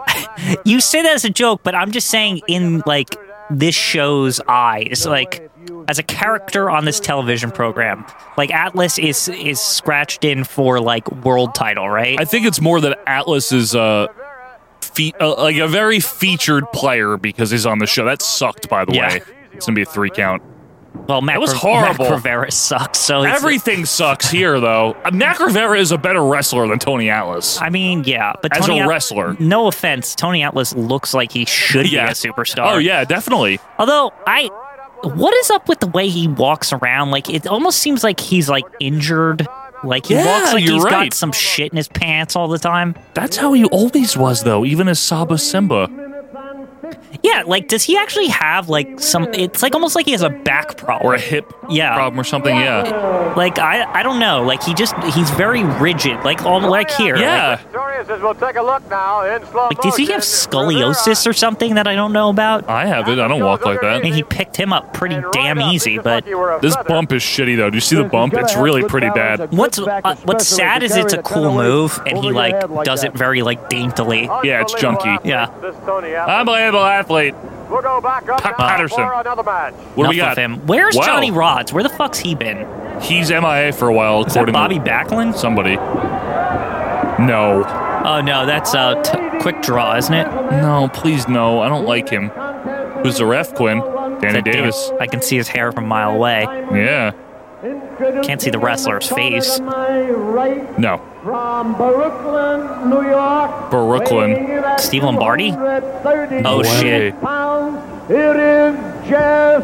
Speaker 2: You say that as a joke, but I'm just saying in like this show's eyes, like as a character on this television program, like Atlas is is scratched in for like world title, right?
Speaker 1: I think it's more that Atlas is a fe- uh, like a very featured player because he's on the show. That sucked, by the
Speaker 2: Yeah.
Speaker 1: way. It's gonna be a three count.
Speaker 2: well, Matt,
Speaker 1: that was
Speaker 2: Pre- Matt
Speaker 1: horrible.
Speaker 2: Rivera sucks. So it's-
Speaker 1: Everything sucks here, though. Uh, Mac Rivera is a better wrestler than Tony Atlas.
Speaker 2: I mean, yeah, but
Speaker 1: As
Speaker 2: Tony
Speaker 1: a
Speaker 2: At-
Speaker 1: wrestler.
Speaker 2: no offense, Tony Atlas looks like he should
Speaker 1: Yeah.
Speaker 2: be a superstar.
Speaker 1: Oh yeah, definitely.
Speaker 2: Although I, what is up with the way he walks around? Like it almost seems like he's like injured. Like he
Speaker 1: Yeah,
Speaker 2: walks like
Speaker 1: you're
Speaker 2: he's
Speaker 1: right.
Speaker 2: got some shit in his pants all the time.
Speaker 1: That's how he always was, though. Even as Saba Simba.
Speaker 2: Yeah, like does he actually have like some? It's like almost like he has a back problem
Speaker 1: or a hip
Speaker 2: Yeah.
Speaker 1: problem or something. Yeah,
Speaker 2: Like I, I don't know. Like he just he's very rigid. Like all uh, like here.
Speaker 1: yeah.
Speaker 3: Sirius says we'll take a look now in slow
Speaker 2: Like, like does he have scoliosis or something that I don't know about? I
Speaker 1: I have it. I don't walk like
Speaker 2: mean,
Speaker 1: that.
Speaker 2: he picked him up pretty damn easy, but
Speaker 1: This bump is shitty though. Do you see the bump? It's really pretty bad.
Speaker 2: What's uh, what's sad is it's a cool move, and he like does it very like daintily.
Speaker 1: Yeah, it's junky.
Speaker 2: Yeah. Um,
Speaker 1: Unbelievable athlete.
Speaker 3: We'll go back up
Speaker 1: Pa-
Speaker 3: now
Speaker 1: Patterson.
Speaker 3: for another match.
Speaker 1: What do we
Speaker 2: Enough
Speaker 1: got?
Speaker 2: of him. Where's
Speaker 1: Wow.
Speaker 2: Johnny Rods? Where the fuck's he been?
Speaker 1: He's MIA for a while,
Speaker 2: Is that
Speaker 1: according
Speaker 2: Bobby
Speaker 1: to
Speaker 2: Backlund?
Speaker 1: somebody. No,
Speaker 2: Oh no, that's uh, t- quick draw, isn't it?
Speaker 1: no, please no. I don't like him. Who's the ref, Quinn?
Speaker 2: Is
Speaker 1: Danny
Speaker 2: that Dan-
Speaker 1: Davis.
Speaker 2: I can see his hair from a mile away.
Speaker 1: Yeah.
Speaker 2: Can't see the wrestler's face.
Speaker 1: No.
Speaker 5: From Brooklyn, New York.
Speaker 1: Brooklyn.
Speaker 5: weighing in at
Speaker 2: Steve Lombardi?
Speaker 5: 230
Speaker 2: Oh
Speaker 1: No
Speaker 2: shit!
Speaker 1: way.
Speaker 5: Pounds. It is Jeff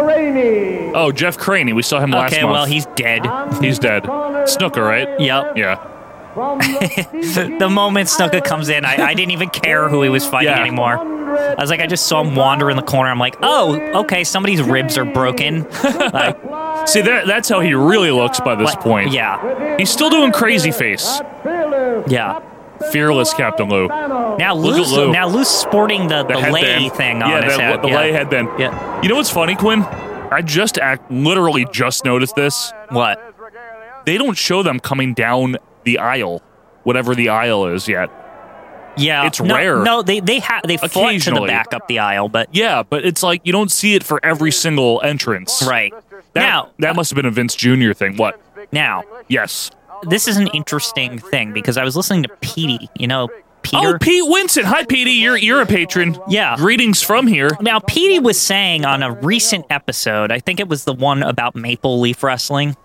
Speaker 5: Carani.
Speaker 1: Oh, Jeff Craney. We saw him last
Speaker 2: Okay,
Speaker 1: month.
Speaker 2: well he's dead.
Speaker 1: he's dead. Snooker, right?
Speaker 2: Yep.
Speaker 1: Yeah.
Speaker 5: From the,
Speaker 2: the moment Snuka comes in, I, I didn't even care who he was fighting
Speaker 1: Yeah.
Speaker 2: anymore. I was like, I just saw him wander in the corner. I'm like, oh, okay, somebody's ribs are broken. like,
Speaker 1: See, that, that's how he really looks by this
Speaker 2: what-
Speaker 1: point.
Speaker 2: Yeah,
Speaker 1: He's still doing crazy face.
Speaker 2: yeah.
Speaker 1: Fearless Captain Lou.
Speaker 2: Now
Speaker 1: Look at
Speaker 2: Lou's,
Speaker 1: Lou.
Speaker 2: now Lou's sporting the, the, lay thing on
Speaker 1: yeah,
Speaker 2: his
Speaker 1: the,
Speaker 2: head.
Speaker 1: the
Speaker 2: yeah.
Speaker 1: lay headband.
Speaker 2: Yeah.
Speaker 1: You know what's funny, Quinn? I just act literally just noticed this.
Speaker 2: What?
Speaker 1: They don't show them coming down the aisle, whatever the aisle is yet.
Speaker 2: Yeah,
Speaker 1: It's
Speaker 2: no,
Speaker 1: rare.
Speaker 2: No, they they ha- they fought to the
Speaker 1: Occasionally.
Speaker 2: back up the aisle, but
Speaker 1: Yeah, but it's like you don't see it for every single entrance.
Speaker 2: right
Speaker 1: That,
Speaker 2: now
Speaker 1: that must have been a Vince Jr. thing. What?
Speaker 2: now
Speaker 1: Yes.
Speaker 2: this is an interesting thing because I was listening to Petey, you know Peter.
Speaker 1: Oh, Pete Winston. Hi, Petey. You're you're a patron.
Speaker 2: Yeah.
Speaker 1: Greetings from here.
Speaker 2: Now, Petey was saying on a recent episode, I think it was the one about Maple Leaf Wrestling.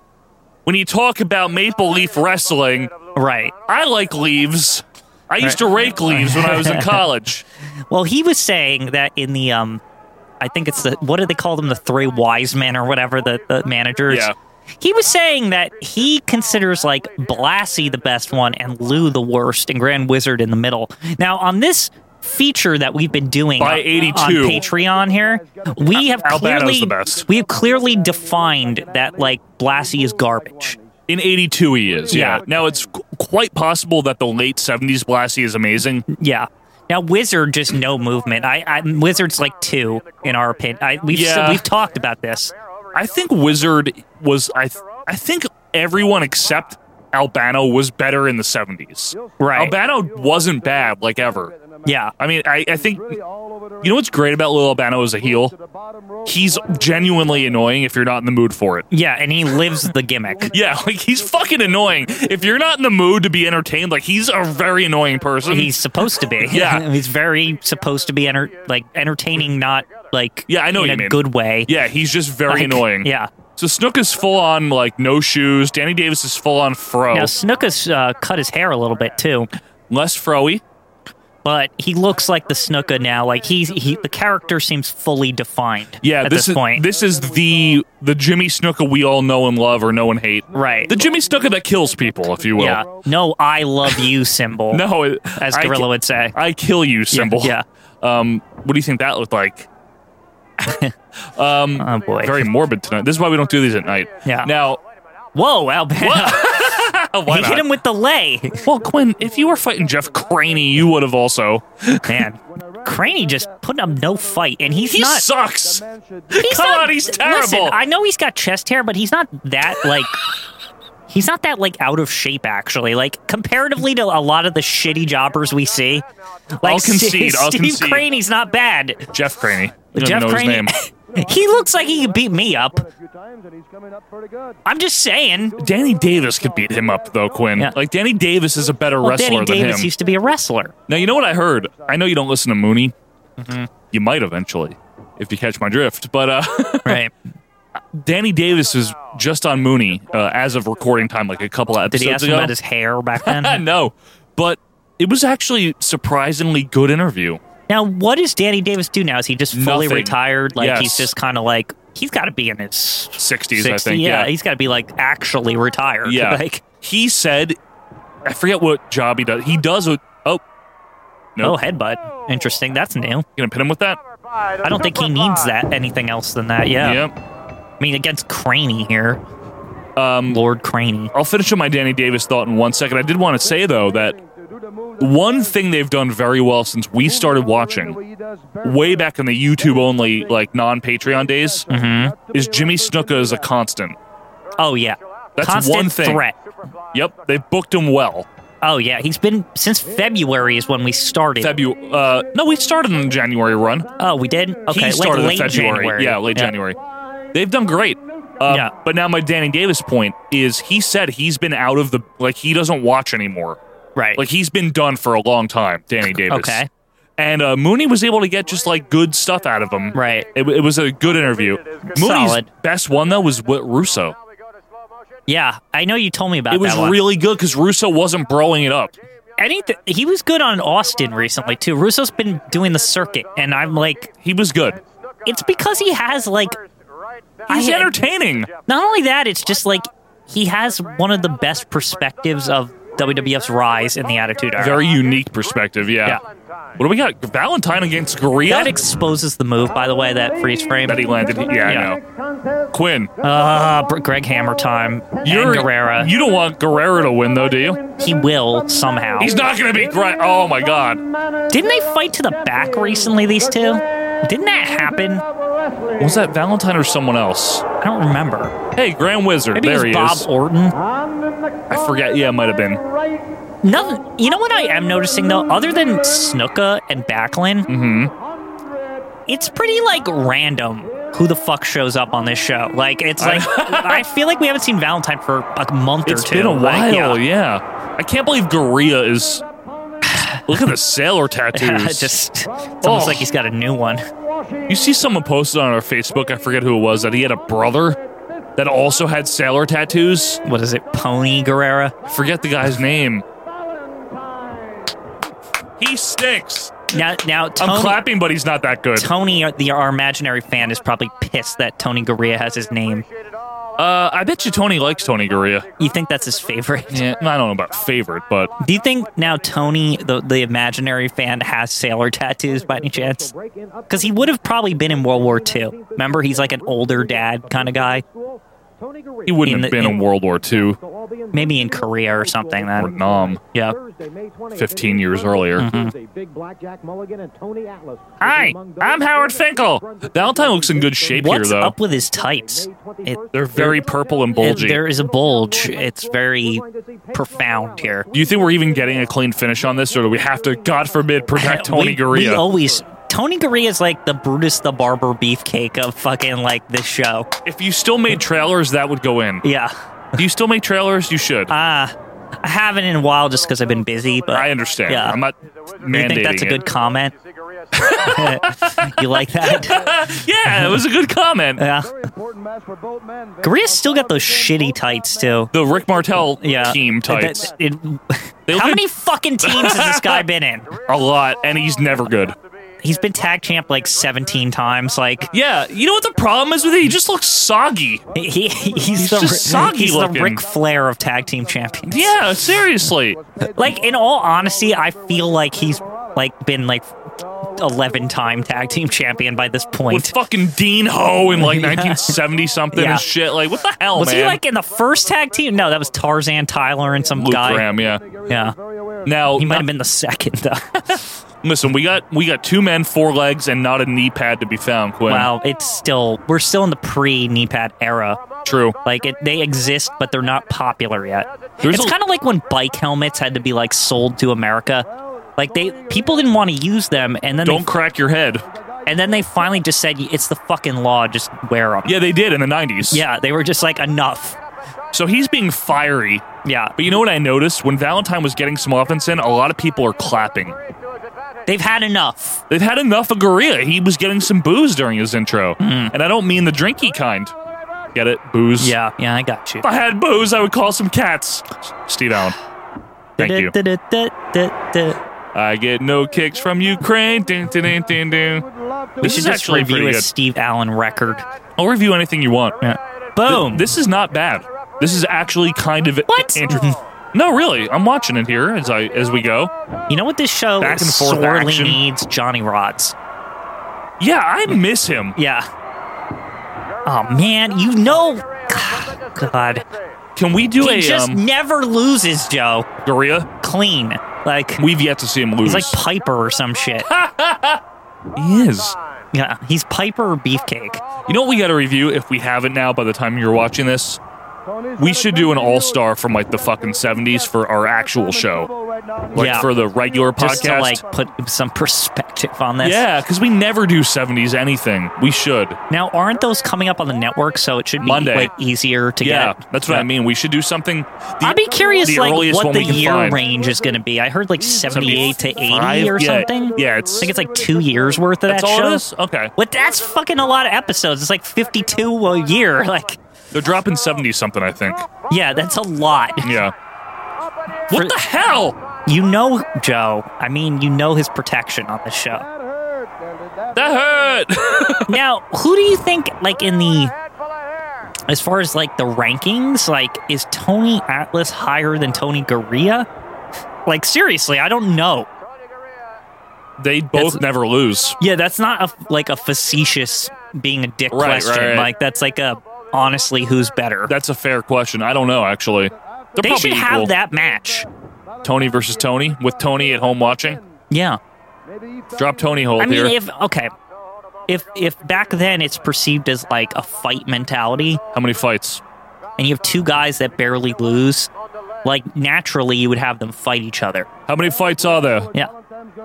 Speaker 1: When you talk about Maple Leaf Wrestling,
Speaker 2: Right.
Speaker 1: I like leaves. I used to rake leaves when I was in college.
Speaker 2: Well, he was saying that in the, um, I think it's the, what do they call them? The three wise men or whatever, the, the managers.
Speaker 1: Yeah.
Speaker 2: He was saying that he considers like Blassie the best one and Lou the worst and Grand Wizard in the middle. Now, on this feature that we've been doing
Speaker 1: By
Speaker 2: on-
Speaker 1: 82.
Speaker 2: on Patreon here, we have
Speaker 1: Albano's
Speaker 2: clearly
Speaker 1: the best.
Speaker 2: we have clearly defined that like Blassie is garbage.
Speaker 1: In 82, he is. Yeah.
Speaker 2: Yeah.
Speaker 1: Now, it's qu- quite possible that the late 70s Blassie is amazing.
Speaker 2: Yeah. Now Wizard just no movement. I, I Wizard's like two in our opinion. I, we've
Speaker 1: Yeah.
Speaker 2: we've talked about this.
Speaker 1: I think Wizard was, I, th- I think everyone except Albano was better in the 70s.
Speaker 2: Right.
Speaker 1: Albano wasn't bad, like ever.
Speaker 2: Yeah.
Speaker 1: I mean, I, I think, you know what's great about Lil Albano as a heel? He's genuinely annoying if you're not in the mood for it.
Speaker 2: Yeah, and he lives the gimmick.
Speaker 1: Yeah, like he's fucking annoying. If you're not in the mood to be entertained, like he's a very annoying person.
Speaker 2: He's supposed to be.
Speaker 1: Yeah.
Speaker 2: he's very supposed to be enter- like entertaining, not like
Speaker 1: Yeah, I know what
Speaker 2: in a
Speaker 1: you mean.
Speaker 2: good way.
Speaker 1: yeah, he's just very
Speaker 2: Like,
Speaker 1: annoying.
Speaker 2: Yeah.
Speaker 1: So Snook is full on like no shoes. Danny Davis is full on fro,
Speaker 2: Now Snook has uh, cut his hair a little bit too,
Speaker 1: less froey.
Speaker 2: but he looks like the Snooka now. Like he's he the character seems fully defined.
Speaker 1: Yeah,
Speaker 2: at
Speaker 1: this,
Speaker 2: this,
Speaker 1: is
Speaker 2: point.
Speaker 1: this is the the Jimmy Snooker we all know and love or know and hate.
Speaker 2: Right.
Speaker 1: The Jimmy Snooker that kills people, if you will.
Speaker 2: yeah. No, I love you symbol.
Speaker 1: No, it-
Speaker 2: as
Speaker 1: I
Speaker 2: Gorilla
Speaker 1: ki-
Speaker 2: would say.
Speaker 1: I kill you symbol.
Speaker 2: yeah.
Speaker 1: Um, what do you think that looked like?
Speaker 2: Oh boy.
Speaker 1: Mm. Very morbid tonight. This is why we don't do these at night.
Speaker 2: Yeah.
Speaker 1: Now,
Speaker 2: Whoa, Albano.
Speaker 1: oh, why
Speaker 2: he hit
Speaker 1: not?
Speaker 2: him with the lay.
Speaker 1: Well, Quinn, if you were fighting Jeff Craney, you would have also.
Speaker 2: Man, Craney just putting up no fight, and he's
Speaker 1: He
Speaker 2: not.
Speaker 1: sucks.
Speaker 2: he's
Speaker 1: Come
Speaker 2: not-
Speaker 1: on, he's terrible.
Speaker 2: Listen, I know he's got chest hair, but he's not that like. He's not that like out of shape actually. Like comparatively to a lot of the shitty jobbers we see, like
Speaker 1: I'll
Speaker 2: Steve-
Speaker 1: concede, I'll
Speaker 2: Steve
Speaker 1: concede.
Speaker 2: Craney's not bad.
Speaker 1: Jeff Craney. You don't
Speaker 2: Jeff
Speaker 1: even know
Speaker 2: Craney,
Speaker 1: his name.
Speaker 2: he looks like he could beat me up. I'm just saying.
Speaker 1: Danny Davis could beat him up, though, Quinn.
Speaker 2: Yeah.
Speaker 1: Like, Danny Davis is a better
Speaker 2: Well,
Speaker 1: wrestler
Speaker 2: Danny
Speaker 1: than
Speaker 2: Davis
Speaker 1: him.
Speaker 2: used to be a wrestler.
Speaker 1: Now, you know what I heard? I know you don't listen to Mooney. You might eventually, if you catch my drift. But uh,
Speaker 2: Right.
Speaker 1: Danny Davis was just on Mooney uh, as of recording time, like a couple of
Speaker 2: Did
Speaker 1: episodes
Speaker 2: he ask him
Speaker 1: ago.
Speaker 2: about his hair back then?
Speaker 1: no, but it was actually surprisingly good interview.
Speaker 2: Now, what does Danny Davis do now? Is he just fully
Speaker 1: Nothing.
Speaker 2: retired? Like
Speaker 1: Yes.
Speaker 2: he's just kind of like he's got to be in his
Speaker 1: 60s, I
Speaker 2: 60,
Speaker 1: think.
Speaker 2: Yeah,
Speaker 1: Yeah,
Speaker 2: he's got to be like actually retired.
Speaker 1: Yeah.
Speaker 2: like
Speaker 1: he said, I forget what job he does. He does a. Oh, no.
Speaker 2: oh headbutt. Interesting. That's new.
Speaker 1: You gonna pin him with that?
Speaker 2: I don't think he needs that anything else than that. Yeah,
Speaker 1: Yep.
Speaker 2: I mean against Craney here,
Speaker 1: Um,
Speaker 2: Lord Craney.
Speaker 1: I'll finish with my Danny Davis thought in one second. I did want to say though that one thing they've done very well since we started watching, way back in the YouTube only like non Patreon days,
Speaker 2: Mm-hmm.
Speaker 1: is Jimmy Snuka is a constant.
Speaker 2: Oh yeah,
Speaker 1: That's
Speaker 2: constant
Speaker 1: one thing.
Speaker 2: threat.
Speaker 1: Yep, they've booked him well.
Speaker 2: Oh yeah, he's been since February is when we started.
Speaker 1: February. Uh, no, we started in the January run.
Speaker 2: Oh, we did. Okay,
Speaker 1: he
Speaker 2: like
Speaker 1: started
Speaker 2: late
Speaker 1: in February.
Speaker 2: January.
Speaker 1: Yeah, late January. They've done great. Uh,
Speaker 2: Yeah.
Speaker 1: But now my Danny Davis point is he said he's been out of the like he doesn't watch anymore.
Speaker 2: Right.
Speaker 1: Like he's been done for a long time, Danny Davis.
Speaker 2: Okay.
Speaker 1: And uh, Mooney was able to get just like good stuff out of him.
Speaker 2: Right.
Speaker 1: It, it was a good interview. Mooney's
Speaker 2: Solid.
Speaker 1: best one though was with Russo.
Speaker 2: yeah, I know you told me about
Speaker 1: It was
Speaker 2: that one.
Speaker 1: really good because Russo wasn't blowing it up.
Speaker 2: anything. He was good on Austin recently too. Russo's been doing the circuit, and I'm like,
Speaker 1: He was good.
Speaker 2: it's because he has like
Speaker 1: He's
Speaker 2: I-
Speaker 1: entertaining.
Speaker 2: not only that, it's just like he has one of the best perspectives of WWF's rise in the Attitude Era.
Speaker 1: Very unique perspective. Yeah. What do we got? Valentine against Korea.
Speaker 2: that exposes the move, by the way, that freeze frame.
Speaker 1: that he landed. Yeah, I know. Quinn,
Speaker 2: Uh, Br- Greg Hammer time.
Speaker 1: you're
Speaker 2: and Guerrera.
Speaker 1: You don't want Guerrero to win though, do you?
Speaker 2: he will somehow.
Speaker 1: He's not going to be great. Oh my god,
Speaker 2: Didn't they fight to the back recently? These two. Didn't that happen?
Speaker 1: was that Valentine or someone else?
Speaker 2: I don't remember.
Speaker 1: Hey, Grand Wizard,
Speaker 2: Maybe
Speaker 1: there he
Speaker 2: it was Bob
Speaker 1: is.
Speaker 2: Orton.
Speaker 1: I forget. Yeah, it might have been.
Speaker 2: Nothing. You know what I am noticing though, other than Snuka and Backlund,
Speaker 1: Mm-hmm.
Speaker 2: it's pretty like random who the fuck shows up on this show. Like it's like I feel like we haven't seen Valentine for a month or
Speaker 1: It's
Speaker 2: two.
Speaker 1: been a
Speaker 2: Like,
Speaker 1: while. yeah, I can't believe Gorilla is. Look at the sailor tattoos.
Speaker 2: Just it's almost
Speaker 1: Oh.
Speaker 2: like he's got a new one.
Speaker 1: you see someone posted on our Facebook. I forget who it was that he had a brother that also had sailor tattoos.
Speaker 2: What is it, Pony Guerrera?
Speaker 1: I forget the guy's name. He stinks.
Speaker 2: Now, now Tony,
Speaker 1: I'm clapping, but he's not that good.
Speaker 2: Tony, the our imaginary fan, is probably pissed that Tony Guerrera has his name.
Speaker 1: Uh, I bet you Tony likes Tony Gurria.
Speaker 2: You think that's his favorite?
Speaker 1: Yeah, I don't know about favorite, but
Speaker 2: Do you think now Tony, the, the imaginary fan, has sailor tattoos by any chance? Because he would have probably been in World War II. Remember, he's like an older dad kind of guy.
Speaker 7: Tony Garea.
Speaker 1: He wouldn't
Speaker 2: In
Speaker 1: have
Speaker 2: the-
Speaker 1: been in,
Speaker 2: in-
Speaker 1: World War II
Speaker 7: So all the
Speaker 2: Maybe in Korea or something then.
Speaker 1: or Nam.
Speaker 2: Yeah.
Speaker 7: Thursday, May 20th,
Speaker 1: 15 years earlier.
Speaker 2: Mm-hmm.
Speaker 7: Thursday, Big Black Jack Mulligan and Tony Atlas. will be
Speaker 1: Hi,
Speaker 7: among those
Speaker 1: I'm Howard
Speaker 7: who-
Speaker 1: Finkel. Valentine looks in good shape
Speaker 2: What's
Speaker 1: here, though.
Speaker 2: up with his tights? It,
Speaker 1: They're very purple and
Speaker 2: it-
Speaker 1: bulgy.
Speaker 2: there is a bulge. It's very profound here.
Speaker 1: Do you think we're even getting a clean finish on this, or do we have to, God forbid, protect Tony
Speaker 2: we, We
Speaker 1: Garea?
Speaker 2: always Tony Garea is like the Brutus the Barber beefcake of fucking like this show.
Speaker 1: if you still made trailers, that would go in.
Speaker 2: Yeah.
Speaker 1: Do you still make trailers? You should.
Speaker 2: Ah, I haven't in a while just because I've been busy. But
Speaker 1: I understand.
Speaker 2: Yeah.
Speaker 1: I'm not
Speaker 2: you
Speaker 1: mandating
Speaker 2: think that's a
Speaker 1: it.
Speaker 2: good comment? you like that?
Speaker 1: yeah, it was a good comment.
Speaker 2: Yeah. Garea's still got those shitty tights too.
Speaker 1: The Rick Martel
Speaker 2: Yeah.
Speaker 1: team
Speaker 2: That's-
Speaker 1: tights.
Speaker 2: it-
Speaker 1: They
Speaker 2: how
Speaker 1: look-
Speaker 2: many fucking teams has this guy been in?
Speaker 1: a lot, and he's never good.
Speaker 2: He's been tag champ like 17 times. Like
Speaker 1: Yeah, you know what the problem is with it? He just looks soggy.
Speaker 2: he, he's, the
Speaker 1: just soggy
Speaker 2: he's
Speaker 1: looking.
Speaker 2: the Ric Flair of tag team champions.
Speaker 1: Yeah, seriously.
Speaker 2: Like in all honesty, I feel like he's like been like 11 time tag team champion by this
Speaker 1: With
Speaker 2: point.
Speaker 1: fucking Dean Ho in like
Speaker 2: Yeah.
Speaker 1: 1970 something
Speaker 2: Yeah.
Speaker 1: and shit. Like, what the hell,
Speaker 2: Was
Speaker 1: man?
Speaker 2: he like in the first tag team? No, that was Tarzan Tyler and some
Speaker 1: Luke
Speaker 2: guy.
Speaker 1: Graham, yeah.
Speaker 2: Yeah,
Speaker 1: Now,
Speaker 2: he might have
Speaker 1: not-
Speaker 2: been the second though.
Speaker 1: listen, we got we got two men, four legs, and not a knee pad to be found, Quinn.
Speaker 2: wow, it's still we're still in the E pre knee pad era.
Speaker 1: True.
Speaker 2: Like it, they exist, but they're not popular yet.
Speaker 1: There's
Speaker 2: it's
Speaker 1: a-
Speaker 2: kind of like when bike helmets had to be like sold to America. Like they people didn't want to use them, and then
Speaker 1: Don't crack your head.
Speaker 2: they, and then they finally just said it's the fucking law. Just wear them.
Speaker 1: Yeah, they did in the 90s.
Speaker 2: Yeah, they were just like enough.
Speaker 1: So he's being fiery.
Speaker 2: Yeah,
Speaker 1: But you know what I noticed? When Valentine was getting some offense in, a lot of people are clapping.
Speaker 2: they've had enough.
Speaker 1: They've had enough of Gorilla. He was getting some booze during his intro. And I don't mean the drinky kind. Get it? Booze.
Speaker 2: Hmm. Yeah, yeah, I got you.
Speaker 1: If I had booze, I would call some cats. Steve Allen. Thank you. I get no kicks from Ukraine. Dun, dun, dun, dun, dun.
Speaker 2: We
Speaker 1: This
Speaker 2: should
Speaker 1: is
Speaker 2: just
Speaker 1: actually
Speaker 2: review
Speaker 1: pretty
Speaker 2: a
Speaker 1: good.
Speaker 2: Steve Allen record.
Speaker 1: I'll review anything you want. Th-
Speaker 2: Boom.
Speaker 1: This is not bad. This is actually kind of
Speaker 2: What?
Speaker 1: interesting. No, really. I'm watching it here as I as we go.
Speaker 2: you know what this show
Speaker 1: Back and forth
Speaker 2: sorely
Speaker 1: action.
Speaker 2: needs? Johnny Rods.
Speaker 1: Yeah, I miss him.
Speaker 2: Yeah. Oh man, you know, God,
Speaker 1: Can we do
Speaker 2: he
Speaker 1: a
Speaker 2: just
Speaker 1: um,
Speaker 2: never loses, Joe.
Speaker 1: Gorilla?
Speaker 2: Clean, like
Speaker 1: We've yet to see him lose.
Speaker 2: he's like Piper or some shit.
Speaker 1: he is.
Speaker 2: yeah, he's Piper or Beefcake.
Speaker 1: You know what we got to review if we haven't now by the time you're watching this? We should do an all star from like the fucking 70s for our actual show. Like
Speaker 2: Yeah.
Speaker 1: for the regular podcast.
Speaker 2: Just to like put some perspective on this.
Speaker 1: yeah, because we never do 70s anything. We should.
Speaker 2: Now, aren't those coming up on the network? So it should be
Speaker 1: Monday.
Speaker 2: like easier to
Speaker 1: yeah,
Speaker 2: get.
Speaker 1: that's what I mean. We should do something. The,
Speaker 2: I'd be curious,
Speaker 1: the
Speaker 2: like,
Speaker 1: earliest
Speaker 2: what
Speaker 1: one
Speaker 2: the
Speaker 1: we can
Speaker 2: year
Speaker 1: find.
Speaker 2: range is going to be. I heard like seventy-eight to eighty
Speaker 1: 75?
Speaker 2: or
Speaker 1: Yeah.
Speaker 2: something.
Speaker 1: Yeah, it's-
Speaker 2: I think it's like two years worth of
Speaker 1: That's
Speaker 2: that
Speaker 1: all
Speaker 2: show.
Speaker 1: it is? Okay.
Speaker 2: What? That's fucking a lot of episodes. It's like fifty-two a year. Like,
Speaker 1: They're dropping 70 something, I think.
Speaker 2: yeah, that's a lot.
Speaker 1: Yeah.
Speaker 2: For-
Speaker 1: What the hell?
Speaker 2: You know, Joe. I mean, you know his protection on this show.
Speaker 1: That hurt.
Speaker 2: now, who do you think, like, in the as far as like the rankings, like, is Tony Atlas higher than Tony Garea? Like, seriously, I don't know.
Speaker 1: they both
Speaker 2: That's-
Speaker 1: never lose.
Speaker 2: Yeah, that's not a, like a facetious being a dick
Speaker 1: Right, right,
Speaker 2: question.
Speaker 1: right.
Speaker 2: Like that's like a honestly, who's better?
Speaker 1: That's a fair question. I don't know, actually. They're
Speaker 2: they
Speaker 1: probably
Speaker 2: should have
Speaker 1: equal.
Speaker 2: that match.
Speaker 1: Tony versus Tony with Tony at home watching.
Speaker 2: Yeah,
Speaker 1: Drop Tony hold
Speaker 2: I mean,
Speaker 1: here.
Speaker 2: if okay, if if back then it's perceived as like a fight mentality,
Speaker 1: How many fights?
Speaker 2: and you have two guys that barely lose, like naturally you would have them fight each other.
Speaker 1: How many fights are there?
Speaker 2: Yeah,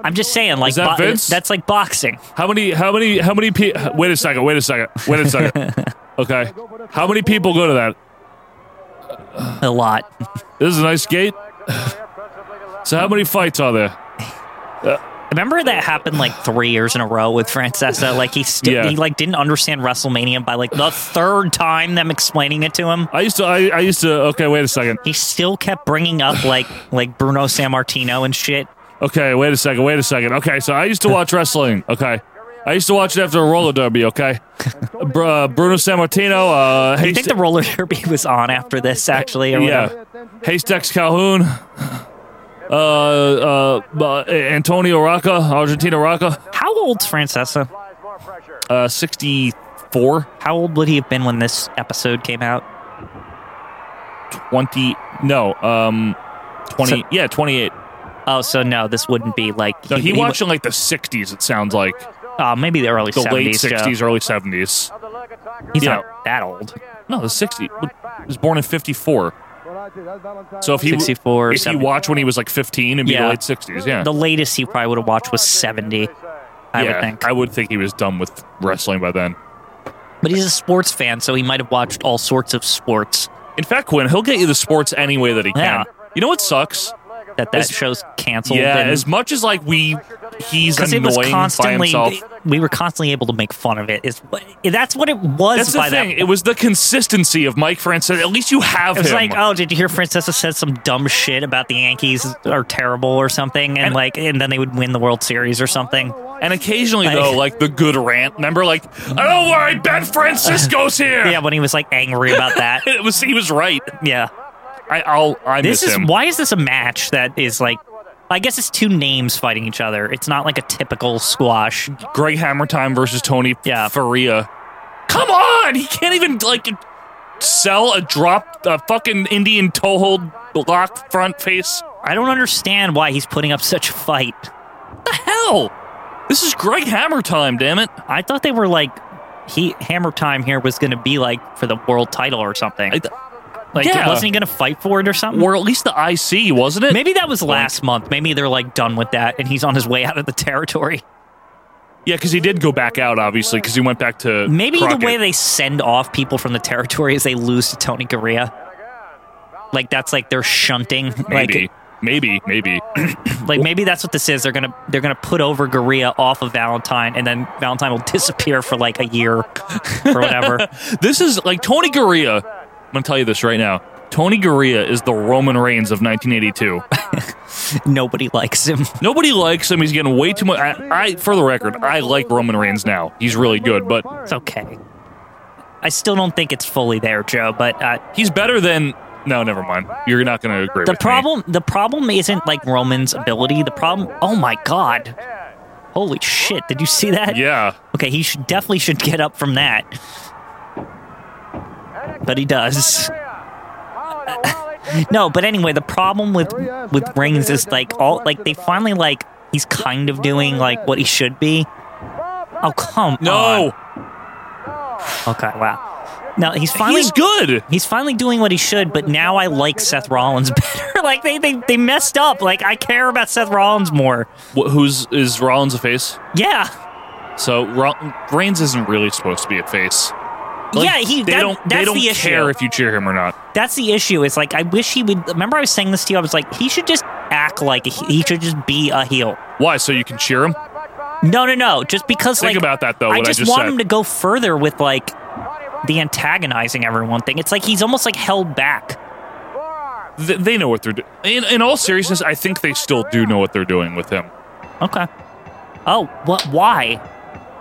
Speaker 2: I'm just saying, like
Speaker 1: Is that Vince?
Speaker 2: that's like boxing.
Speaker 1: How many? How many? How many? Pe- wait a second. Wait a second. Wait a second. Okay. How many people go to that?
Speaker 2: A lot.
Speaker 1: This is a nice gate. So how many fights are there?
Speaker 2: Remember that happened like three years in a row with Francesa. Like he still
Speaker 1: Yeah.
Speaker 2: he like didn't understand WrestleMania by like the third time them explaining it to him.
Speaker 1: I used to. I, I used to. Okay. Wait a second.
Speaker 2: He still kept bringing up like like Bruno Sammartino and shit.
Speaker 1: Okay. Wait a second. Wait a second. Okay. So I used to watch wrestling. Okay. I used to watch it after a roller derby. Okay. Br- uh, Bruno Sammartino. Uh,
Speaker 2: I think
Speaker 1: Haysta-
Speaker 2: the roller derby was on after this actually. Or whatever.
Speaker 1: Yeah. Haystacks Calhoun. Uh, uh, uh, Antonio Rocca, Argentina Rocca,
Speaker 2: How old's Francesa?
Speaker 1: uh, 64.
Speaker 2: How old would he have been when this episode came out?
Speaker 1: twenty. No, um, twenty. yeah, twenty eight.
Speaker 2: Oh, so no, this wouldn't be like
Speaker 1: No, he,
Speaker 2: wa-
Speaker 1: watched in like the sixties. It sounds like
Speaker 2: uh, maybe the early
Speaker 1: the
Speaker 2: 70s.
Speaker 1: late
Speaker 2: Joe.
Speaker 1: sixties, early seventies.
Speaker 2: He's
Speaker 1: Yeah.
Speaker 2: not that old.
Speaker 1: No, the sixties. He was born in fifty four. So if he
Speaker 2: 64,
Speaker 1: if he
Speaker 2: 70.
Speaker 1: watched when he was like fifteen and be the
Speaker 2: Yeah.
Speaker 1: late sixties, yeah,
Speaker 2: The latest he probably would have watched was 70, I
Speaker 1: yeah,
Speaker 2: would think.
Speaker 1: I would think he was done with wrestling by then.
Speaker 2: but he's a sports fan, so he might have watched all sorts of sports
Speaker 1: In fact, Quinn, he'll get you the sports any way that he can.
Speaker 2: Yeah.
Speaker 1: You know what sucks?
Speaker 2: that that
Speaker 1: As-
Speaker 2: show's canceled.
Speaker 1: Yeah,
Speaker 2: and-
Speaker 1: as much as like we, he's
Speaker 2: because it was
Speaker 1: annoying by
Speaker 2: constantly
Speaker 1: himself.
Speaker 2: we were constantly able to make fun of it. Is that's what it was
Speaker 1: That's the
Speaker 2: by
Speaker 1: thing.
Speaker 2: that.
Speaker 1: It was the consistency of Mike Francis. At least you have
Speaker 2: It was
Speaker 1: him.
Speaker 2: like, oh, did you hear Francesca said some dumb shit about the Yankees are terrible or something, and, like, and then they would win the World Series or something.
Speaker 1: and occasionally
Speaker 2: Like-
Speaker 1: though, like the good rant. Remember, like, I don't worry, Ben Francisco's here.
Speaker 2: Yeah, when he was like angry about that.
Speaker 1: it was he was right.
Speaker 2: yeah,
Speaker 1: I, I'll I
Speaker 2: this
Speaker 1: miss
Speaker 2: is
Speaker 1: him.
Speaker 2: why is this a match that is like, I guess it's two names fighting each other. It's not like a typical squash.
Speaker 1: Greg Hammer time versus Tony
Speaker 2: Yeah.
Speaker 1: Faria. Come on, he can't even like sell a drop a fucking Indian toehold block front face.
Speaker 2: I don't understand why he's putting up such a fight.
Speaker 1: What the hell? This is Greg Hammer time, damn it.
Speaker 2: I thought they were like, he Hammer Time here was going to be like for the world title or something.
Speaker 1: I th-
Speaker 2: like,
Speaker 1: yeah.
Speaker 2: wasn't he going to fight for it or something?
Speaker 1: Or at least the IC, wasn't it?
Speaker 2: Maybe that was last month. Maybe they're like done with that, and he's on his way out of the territory.
Speaker 1: Yeah, because he did go back out, obviously, because he went back to
Speaker 2: Maybe
Speaker 1: Crockett.
Speaker 2: the way they send off people from the territory is they lose to Tony Garea. Like that's like they're shunting.
Speaker 1: maybe,
Speaker 2: Like,
Speaker 1: maybe, maybe.
Speaker 2: like maybe that's what this is. They're gonna they're gonna put over Garea off of Valentine, and then Valentine will disappear for like a year or whatever.
Speaker 1: this is like Tony Garea. I'm gonna tell you this right now. Tony Garea is the Roman Reigns of 1982.
Speaker 2: Nobody likes him.
Speaker 1: Nobody likes him. He's getting way too much. I, I, for the record, I like Roman Reigns now. He's really good, but
Speaker 2: It's okay. I still don't think it's fully there, Joe. But uh,
Speaker 1: he's better than. No, never mind. You're not gonna agree.
Speaker 2: the
Speaker 1: with me.
Speaker 2: problem the problem isn't like Roman's ability. The problem. Oh my God! Holy shit! Did you see that?
Speaker 1: Yeah.
Speaker 2: Okay, he should definitely should get up from that. But he does. No, but anyway, the problem with with rings is like all like they finally like he's kind of doing like what he should be. Oh come
Speaker 1: No,
Speaker 2: on! Okay, wow. No, he's finally
Speaker 1: he's good.
Speaker 2: He's finally doing what he should, but now I like Seth Rollins better. like they, they they messed up. Like I care about Seth Rollins more.
Speaker 1: Wh- who's is Rollins a face?
Speaker 2: Yeah,
Speaker 1: So Ro- Reigns isn't really supposed to be a face. Like,
Speaker 2: yeah. He
Speaker 1: they
Speaker 2: that-
Speaker 1: don't.
Speaker 2: that's
Speaker 1: they don't
Speaker 2: the issue.
Speaker 1: care if you cheer him or not.
Speaker 2: That's the issue. Is like I wish he would. Remember, I was saying this to you. I was like, he should just act like a, he should just be a heel.
Speaker 1: Why? So you can cheer him?
Speaker 2: No, no, no. Just because.
Speaker 1: Think
Speaker 2: like,
Speaker 1: about that, though,
Speaker 2: I
Speaker 1: what I
Speaker 2: just,
Speaker 1: just
Speaker 2: want
Speaker 1: said.
Speaker 2: him to go further with like the antagonizing everyone thing. It's like he's almost like held back.
Speaker 1: Th- they know what they're doing. In, in all seriousness, I think they still do know what they're doing with him.
Speaker 2: Okay. Oh, what? Why?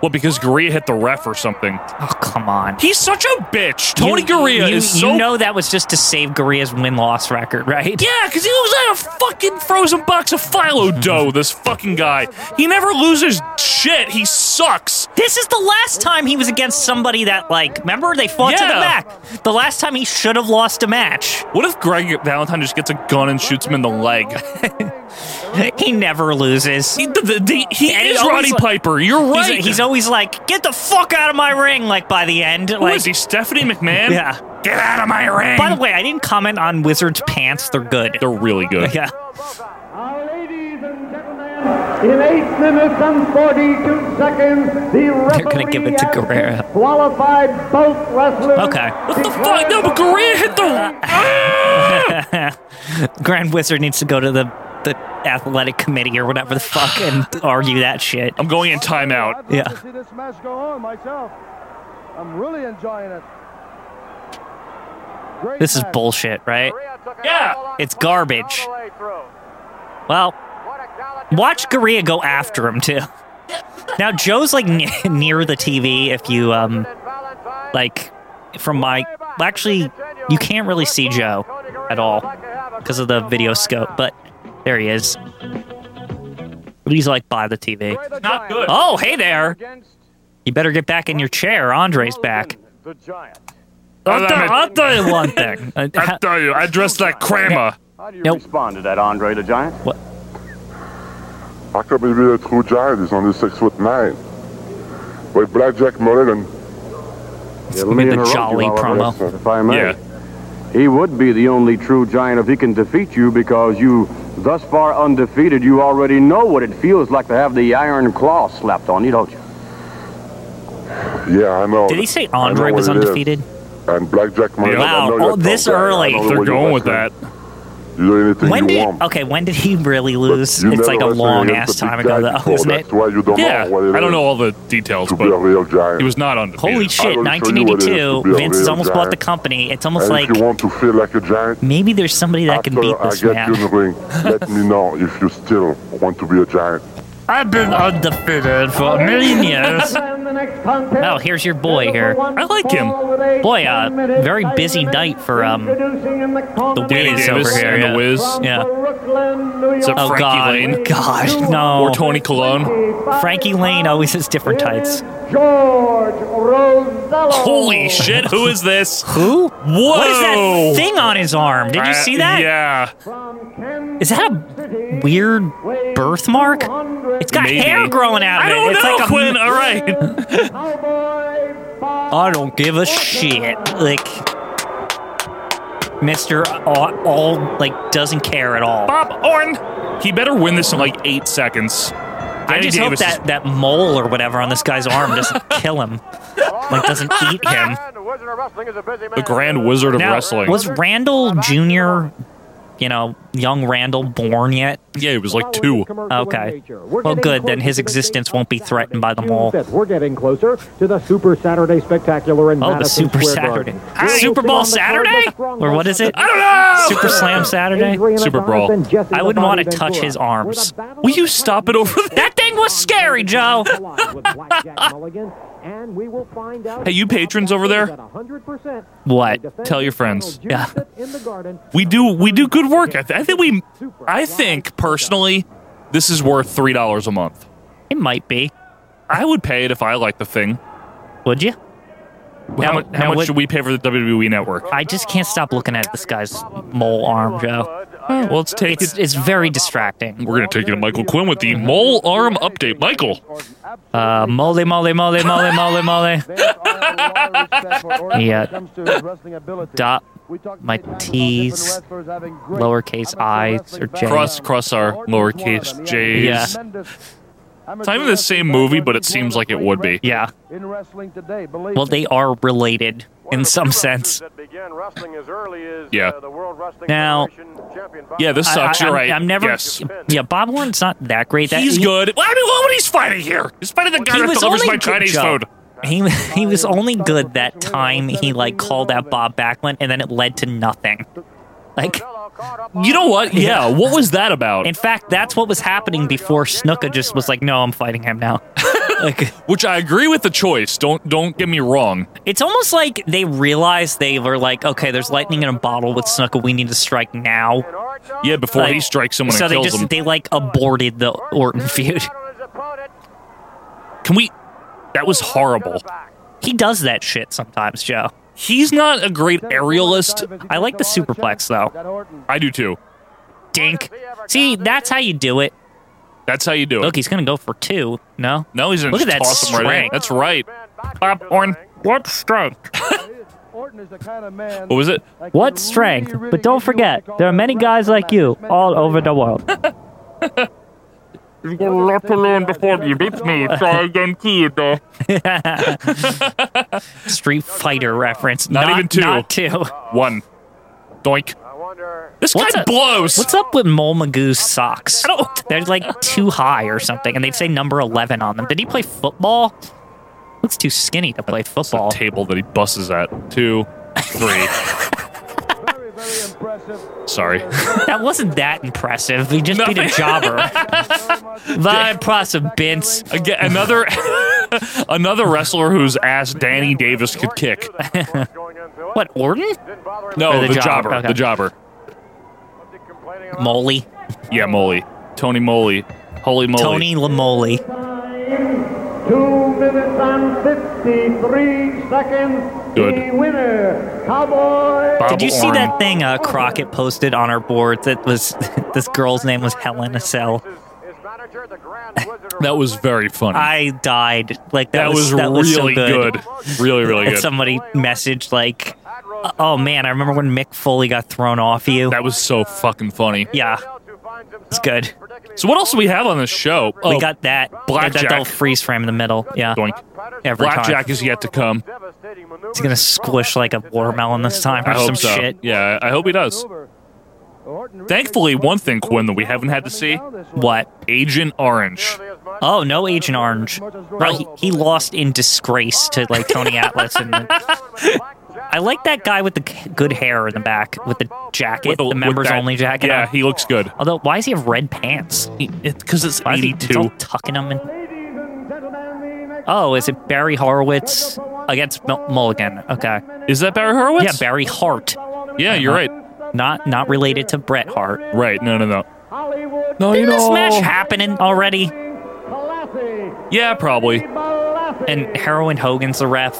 Speaker 1: Well, because Gurria hit the ref or something.
Speaker 2: Oh, come on.
Speaker 1: He's such a bitch. Tony
Speaker 2: You-
Speaker 1: Gurria
Speaker 2: you,
Speaker 1: is
Speaker 2: you
Speaker 1: so.
Speaker 2: know that was just to save Gurria's win loss record, right?
Speaker 1: yeah, because he looks like a fucking frozen box of phyllo dough. This fucking guy. He never loses shit. He sucks.
Speaker 2: This is the last time he was against somebody that, like, remember they fought to
Speaker 1: Yeah.
Speaker 2: the back. The last time he should have lost a match.
Speaker 1: What if Greg Valentine just gets a gun and shoots him in the leg?
Speaker 2: He never loses.
Speaker 1: He, the, the, the, he
Speaker 2: And he
Speaker 1: is
Speaker 2: always
Speaker 1: Roddy
Speaker 2: like-
Speaker 1: Piper. You're
Speaker 2: He's,
Speaker 1: right.
Speaker 2: he's always like, "Get the fuck out of my ring!" Like by the end,
Speaker 1: Who
Speaker 2: like
Speaker 1: is he? Stephanie McMahon?
Speaker 2: yeah.
Speaker 1: Get out of my ring.
Speaker 2: By the way, I didn't comment on Wizard's pants. They're good.
Speaker 1: they're really good.
Speaker 2: yeah.
Speaker 5: Now, ladies and gentlemen, in 8 minutes and 42 seconds, the referee
Speaker 2: They're gonna give it to
Speaker 5: has
Speaker 2: Guerrero.
Speaker 5: Qualified both wrestlers.
Speaker 2: Okay.
Speaker 1: What the fuck? No, but Gurria hit the. Ah!
Speaker 2: Grand Wizard needs to go to the the athletic committee or whatever the fuck and argue that shit.
Speaker 1: I'm going in timeout.
Speaker 2: Yeah.
Speaker 8: to see this match go on myself. I'm really enjoying it. Great
Speaker 2: This is
Speaker 8: match.
Speaker 2: bullshit, right?
Speaker 1: Yeah.
Speaker 2: It's garbage. Well, watch Gurria go after him too. Now Joe's like ne- near the TV. If you um, like, from my actually, you can't really see Joe at all because of the video scope. But there he is. He's like by the TV.
Speaker 1: Not good.
Speaker 2: Oh, hey there! You better get back in your chair. Andre's back.
Speaker 3: The Giant.
Speaker 2: I'll, tell-
Speaker 1: I mean-
Speaker 2: I'll tell you one thing. Uh,
Speaker 1: I tell you, I dressed like Kramer.
Speaker 3: How do you
Speaker 2: Nope.
Speaker 3: respond to that, Andre the Giant?
Speaker 9: I can't believe that true giant is only six foot nine. But Blackjack Mulligan,
Speaker 2: it's gonna be the jolly promo.
Speaker 3: If I may.
Speaker 1: Yeah.
Speaker 3: He would be the only true giant if he can defeat you because you, thus far undefeated, you already know what it feels like to have the iron claw slapped on you, don't you?
Speaker 9: yeah, I know.
Speaker 2: Did he say
Speaker 9: I know
Speaker 2: Andre
Speaker 9: what
Speaker 2: was
Speaker 9: it is.
Speaker 2: undefeated?
Speaker 9: And Blackjack Mulligan.
Speaker 2: Wow,
Speaker 9: I know you're
Speaker 2: oh,
Speaker 9: a
Speaker 2: this
Speaker 9: tough guy. I
Speaker 2: early.
Speaker 9: know
Speaker 1: They're
Speaker 9: what you're
Speaker 1: going with that.
Speaker 9: like. You do anything
Speaker 2: When
Speaker 9: you
Speaker 2: did
Speaker 9: want.
Speaker 2: okay? When did he really
Speaker 9: but
Speaker 2: lose?
Speaker 9: you
Speaker 2: It's
Speaker 9: never
Speaker 2: like a
Speaker 9: wrestled
Speaker 2: long ass
Speaker 9: against a big
Speaker 2: time
Speaker 9: guy
Speaker 2: ago, though,
Speaker 9: before.
Speaker 2: isn't it?
Speaker 9: That's why you don't
Speaker 1: Yeah,
Speaker 9: know what it is
Speaker 1: I don't know all the details,
Speaker 9: to be a
Speaker 1: but
Speaker 9: real giant.
Speaker 1: he was not undefeated.
Speaker 2: Holy shit!
Speaker 9: I will show you what it is to
Speaker 2: 1982.
Speaker 9: be a
Speaker 2: Vince has
Speaker 9: real
Speaker 2: almost bought
Speaker 9: giant.
Speaker 2: the company. It's almost
Speaker 9: and
Speaker 2: like
Speaker 9: if you want to feel like a giant,
Speaker 2: maybe there's somebody that
Speaker 9: after
Speaker 2: can beat this
Speaker 9: I get you in
Speaker 2: man.
Speaker 9: the ring, let me know if you still want to be a giant.
Speaker 2: I've been undefeated for a million years.
Speaker 5: Oh,
Speaker 2: Oh, here's your boy here.
Speaker 1: I like him.
Speaker 2: Boy, uh, very busy night for, um,
Speaker 5: the
Speaker 2: Danny
Speaker 1: Danny
Speaker 2: Wiz
Speaker 1: Davis
Speaker 2: over here,
Speaker 1: and
Speaker 2: yeah.
Speaker 1: the Wiz
Speaker 2: Yeah.
Speaker 1: It's a
Speaker 2: Oh
Speaker 1: Frankie
Speaker 2: God,
Speaker 1: Lane.
Speaker 2: God, no.
Speaker 1: or Tony Colon.
Speaker 2: Frankie Lane always has different tights.
Speaker 5: George Rosello.
Speaker 1: Holy shit! Who is this?
Speaker 2: Who?
Speaker 1: Whoa!
Speaker 2: What is that thing on his arm? Did you
Speaker 1: Uh,
Speaker 2: see that? Is
Speaker 1: Yeah.
Speaker 2: that a weird birthmark? It's got
Speaker 1: Maybe.
Speaker 2: hair growing out of
Speaker 1: I
Speaker 2: it.
Speaker 1: don't
Speaker 2: it's
Speaker 1: know,
Speaker 2: like a,
Speaker 1: Quinn. All right.
Speaker 2: I don't give a shit. Like Mr. All, all like doesn't care at all.
Speaker 1: Bob Orton. He better win this in like eight seconds.
Speaker 2: I
Speaker 1: Danny
Speaker 2: just
Speaker 1: Davis
Speaker 2: hope
Speaker 1: is-
Speaker 2: that that mole or whatever on this guy's arm doesn't kill him. Like doesn't eat him.
Speaker 1: the Grand Wizard of
Speaker 2: Now,
Speaker 1: Wrestling.
Speaker 2: was Randall Jr. You know, young Randall born yet?
Speaker 1: yeah, he was like two.
Speaker 2: Okay. Well, good. Then his existence won't be threatened by the mole.
Speaker 7: We're getting closer to the Super Saturday Spectacular in
Speaker 2: Oh, the
Speaker 7: Madison
Speaker 2: Super
Speaker 7: Square
Speaker 2: Saturday.
Speaker 7: Garden.
Speaker 2: Ah,
Speaker 7: You'll
Speaker 2: Super
Speaker 7: see
Speaker 2: Bowl
Speaker 7: on the card
Speaker 2: Saturday?
Speaker 7: the strong
Speaker 2: Or what is it?
Speaker 7: Wrestling
Speaker 1: I don't know.
Speaker 2: Super Slam Saturday?
Speaker 7: Adrian
Speaker 1: Super
Speaker 7: Adonis
Speaker 1: Brawl.
Speaker 7: and Jesse
Speaker 2: I
Speaker 7: the
Speaker 2: wouldn't
Speaker 7: Body
Speaker 2: want to touch
Speaker 7: Ventura.
Speaker 2: his arms.
Speaker 7: Where the battle
Speaker 1: Will
Speaker 7: of
Speaker 1: you
Speaker 7: the
Speaker 1: stop it
Speaker 7: Titans
Speaker 1: over there?
Speaker 2: That thing was scary, Joe.
Speaker 7: collide with Blackjack Mulligan, and we will find out
Speaker 1: Hey, you patrons over there?
Speaker 7: that 100%
Speaker 2: What?
Speaker 1: Tell your friends.
Speaker 2: Yeah.
Speaker 7: in the garden
Speaker 1: We do we do good work. I, th- I think we I think personally this is worth three dollars a month.
Speaker 2: It might be.
Speaker 1: I would pay it if I liked the thing.
Speaker 2: Would you?
Speaker 1: how
Speaker 2: Now-
Speaker 1: much,
Speaker 2: now
Speaker 1: how much
Speaker 2: what-
Speaker 1: should we pay for the WWE network?
Speaker 2: I just can't stop looking at this guy's mole arm, Joe.
Speaker 1: Well, let's take
Speaker 2: It's,
Speaker 1: it.
Speaker 2: it's very distracting.
Speaker 1: We're gonna take it, Michael Quinn, with the mole arm update. Michael,
Speaker 2: Uh, mole, mole, mole, mole, mole, mole. Yeah. Dot my T's, lowercase i's, or J.
Speaker 1: cross cross our lowercase j's.
Speaker 2: Yeah.
Speaker 1: It's not even the same movie, but it seems like it would be.
Speaker 2: Yeah.
Speaker 8: In wrestling today, believe
Speaker 2: Well, they are related in some sense.
Speaker 1: Yeah.
Speaker 8: uh,
Speaker 2: Now-
Speaker 1: Yeah, this
Speaker 2: I-
Speaker 1: sucks.
Speaker 2: I-
Speaker 1: You're
Speaker 2: I'm-
Speaker 1: right.
Speaker 2: I'm never.
Speaker 1: Yes.
Speaker 2: Yeah, Bob Orton's not that great. That,
Speaker 1: He's
Speaker 2: he-
Speaker 1: good. Well, I mean, what would he's fighting here? He's fighting the guy
Speaker 2: He
Speaker 1: that
Speaker 2: was
Speaker 1: delivers
Speaker 2: only
Speaker 1: my
Speaker 2: good,
Speaker 1: Chinese
Speaker 2: Joe.
Speaker 1: food.
Speaker 2: He he was only good that time he like called out Bob Backlund, and then it led to nothing. Like,
Speaker 1: You know what? Yeah. What was that about?
Speaker 2: in fact, that's what was happening before Snuka just was like, "No, I'm fighting him now." like,
Speaker 1: Which I agree with the choice. Don't don't get me wrong.
Speaker 2: it's almost like they realized they were like, "Okay, there's lightning in a bottle with Snuka. We need to strike now."
Speaker 1: Yeah, before
Speaker 2: Like,
Speaker 1: he strikes someone
Speaker 2: so
Speaker 1: and
Speaker 2: they
Speaker 1: kills
Speaker 2: just
Speaker 1: them.
Speaker 2: they like aborted the Orton feud.
Speaker 1: Can we? That was horrible.
Speaker 2: He does that shit sometimes, Joe.
Speaker 1: He's not a great aerialist.
Speaker 2: I like the superplex though.
Speaker 1: I do too.
Speaker 2: Dink. See, that's how you do it.
Speaker 1: That's how you do it.
Speaker 2: Look, he's gonna go for two. No.
Speaker 1: No, he's gonna
Speaker 2: Look at
Speaker 1: just
Speaker 2: that
Speaker 1: toss him right in.
Speaker 2: strength.
Speaker 1: That's right. Bob Orton. What strength?
Speaker 8: Orton is the kind of man.
Speaker 1: What was it?
Speaker 2: What strength? But don't forget, there are many guys like you all over the world.
Speaker 1: You've got a lot to learn before you beat me, Dragon Kid.
Speaker 2: Street Fighter reference.
Speaker 1: Not even two.
Speaker 2: Not two.
Speaker 1: One. Doink. This guy
Speaker 2: What's up-
Speaker 1: blows.
Speaker 2: What's up with Mole Magoo's socks? They're like too high or something, and they say number eleven on them. Did he play football? Looks too skinny to play
Speaker 1: the
Speaker 2: football.
Speaker 1: table that he busses at? Two, three.
Speaker 8: Very, very impressive.
Speaker 1: Sorry.
Speaker 2: That wasn't that impressive. He just beat a
Speaker 1: Nothing.
Speaker 2: jobber. Very impressive, Vince.
Speaker 1: Again, another another wrestler whose ass Danny Davis could kick.
Speaker 2: What Orton? Or
Speaker 1: No,
Speaker 2: the
Speaker 1: the,
Speaker 2: jobber,
Speaker 1: jobber.
Speaker 2: okay.
Speaker 1: The jobber.
Speaker 2: Moley.
Speaker 1: Yeah, Moley. Tony Moley. Holy moly.
Speaker 2: Tony Lamoli.
Speaker 5: Two minutes and 53 seconds.
Speaker 1: Good.
Speaker 5: The winner Cowboy.
Speaker 2: Did you see
Speaker 1: Orm.
Speaker 2: that thing uh, Crockett posted on our board that was this girl's name was Helen Cell?
Speaker 1: That was very funny.
Speaker 2: I died. Like that,
Speaker 1: that, was,
Speaker 2: that was so
Speaker 1: really good. Really, really
Speaker 2: And
Speaker 1: good.
Speaker 2: somebody messaged like, "Oh man, I remember when Mick Foley got thrown off you."
Speaker 1: that was so fucking funny.
Speaker 2: yeah, it's good.
Speaker 1: So what else do we have on this show?
Speaker 2: we
Speaker 1: Oh,
Speaker 2: got that
Speaker 1: Blackjack.
Speaker 2: That little freeze frame in the Oh, middle. Yeah,
Speaker 1: Doink.
Speaker 2: every
Speaker 1: Blackjack
Speaker 2: time
Speaker 1: is yet to come.
Speaker 2: he's gonna squish like a watermelon this time or
Speaker 1: I
Speaker 2: some
Speaker 1: hope so.
Speaker 2: shit.
Speaker 1: Yeah, I hope he does. Thankfully, one thing, Quinn, that we haven't had to see
Speaker 2: What?
Speaker 1: Agent Orange.
Speaker 2: Oh no, Agent Orange. Bro, he, he lost in disgrace to like Tony Atlas and. The, I like that guy with the c- good hair in the back with the jacket,
Speaker 1: With
Speaker 2: the,
Speaker 1: with
Speaker 2: members
Speaker 1: that-
Speaker 2: only jacket.
Speaker 1: Yeah,
Speaker 2: on.
Speaker 1: he looks good.
Speaker 2: Although, why does he have red pants?
Speaker 1: Because it's
Speaker 2: Why is he it's
Speaker 1: 82.
Speaker 2: all tucking them in? Oh, is it Barry Horowitz against Mul- Mulligan? Okay.
Speaker 1: Is that Barry Horowitz?
Speaker 2: Yeah, Barry Hart.
Speaker 1: Yeah, you're right.
Speaker 2: Not not related to Bret Hart.
Speaker 1: Right. No, no, no.
Speaker 5: Hollywood
Speaker 1: No, Oh, you
Speaker 2: Did this
Speaker 1: know.
Speaker 2: match happening already?
Speaker 5: Balassi.
Speaker 1: Yeah, probably.
Speaker 5: Balassi.
Speaker 2: And Heroin Hogan's the ref.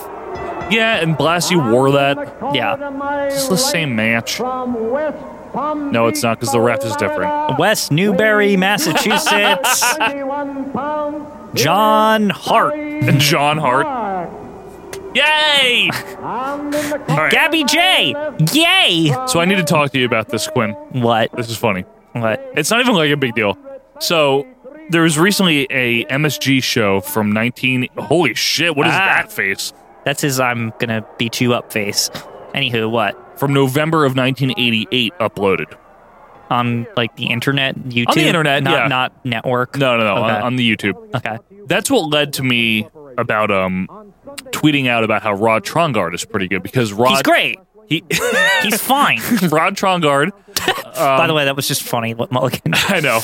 Speaker 1: Yeah, and Blassie wore that.
Speaker 2: Yeah.
Speaker 1: It's the same match.
Speaker 5: From West Palm
Speaker 1: No, it's not because the ref is different.
Speaker 2: West Newbury, Massachusetts. John Hart.
Speaker 1: And John Hart. Yay! All right.
Speaker 2: Gabby J. Yay.
Speaker 1: So I need to talk to you about this, Quinn.
Speaker 2: What?
Speaker 1: This is funny.
Speaker 2: What?
Speaker 1: It's not even like a big deal. So there was recently a MSG show from 19. Holy shit! What is
Speaker 2: Ah.
Speaker 1: that face?
Speaker 2: That's his I'm gonna beat you up face. Anywho, what?
Speaker 1: From November of 1988, uploaded.
Speaker 2: On like the internet, YouTube?
Speaker 1: internet,
Speaker 2: not,
Speaker 1: yeah.
Speaker 2: Not network.
Speaker 1: No, no, no.
Speaker 2: Okay.
Speaker 1: On, on the YouTube.
Speaker 2: Okay.
Speaker 1: That's what led to me about um tweeting out about how Rod Trongard is pretty good because Rod
Speaker 2: He's great.
Speaker 1: He
Speaker 2: He's fine.
Speaker 1: Rod Trongard. Um,
Speaker 2: By the way, that was just funny. What Mulligan?
Speaker 1: I know.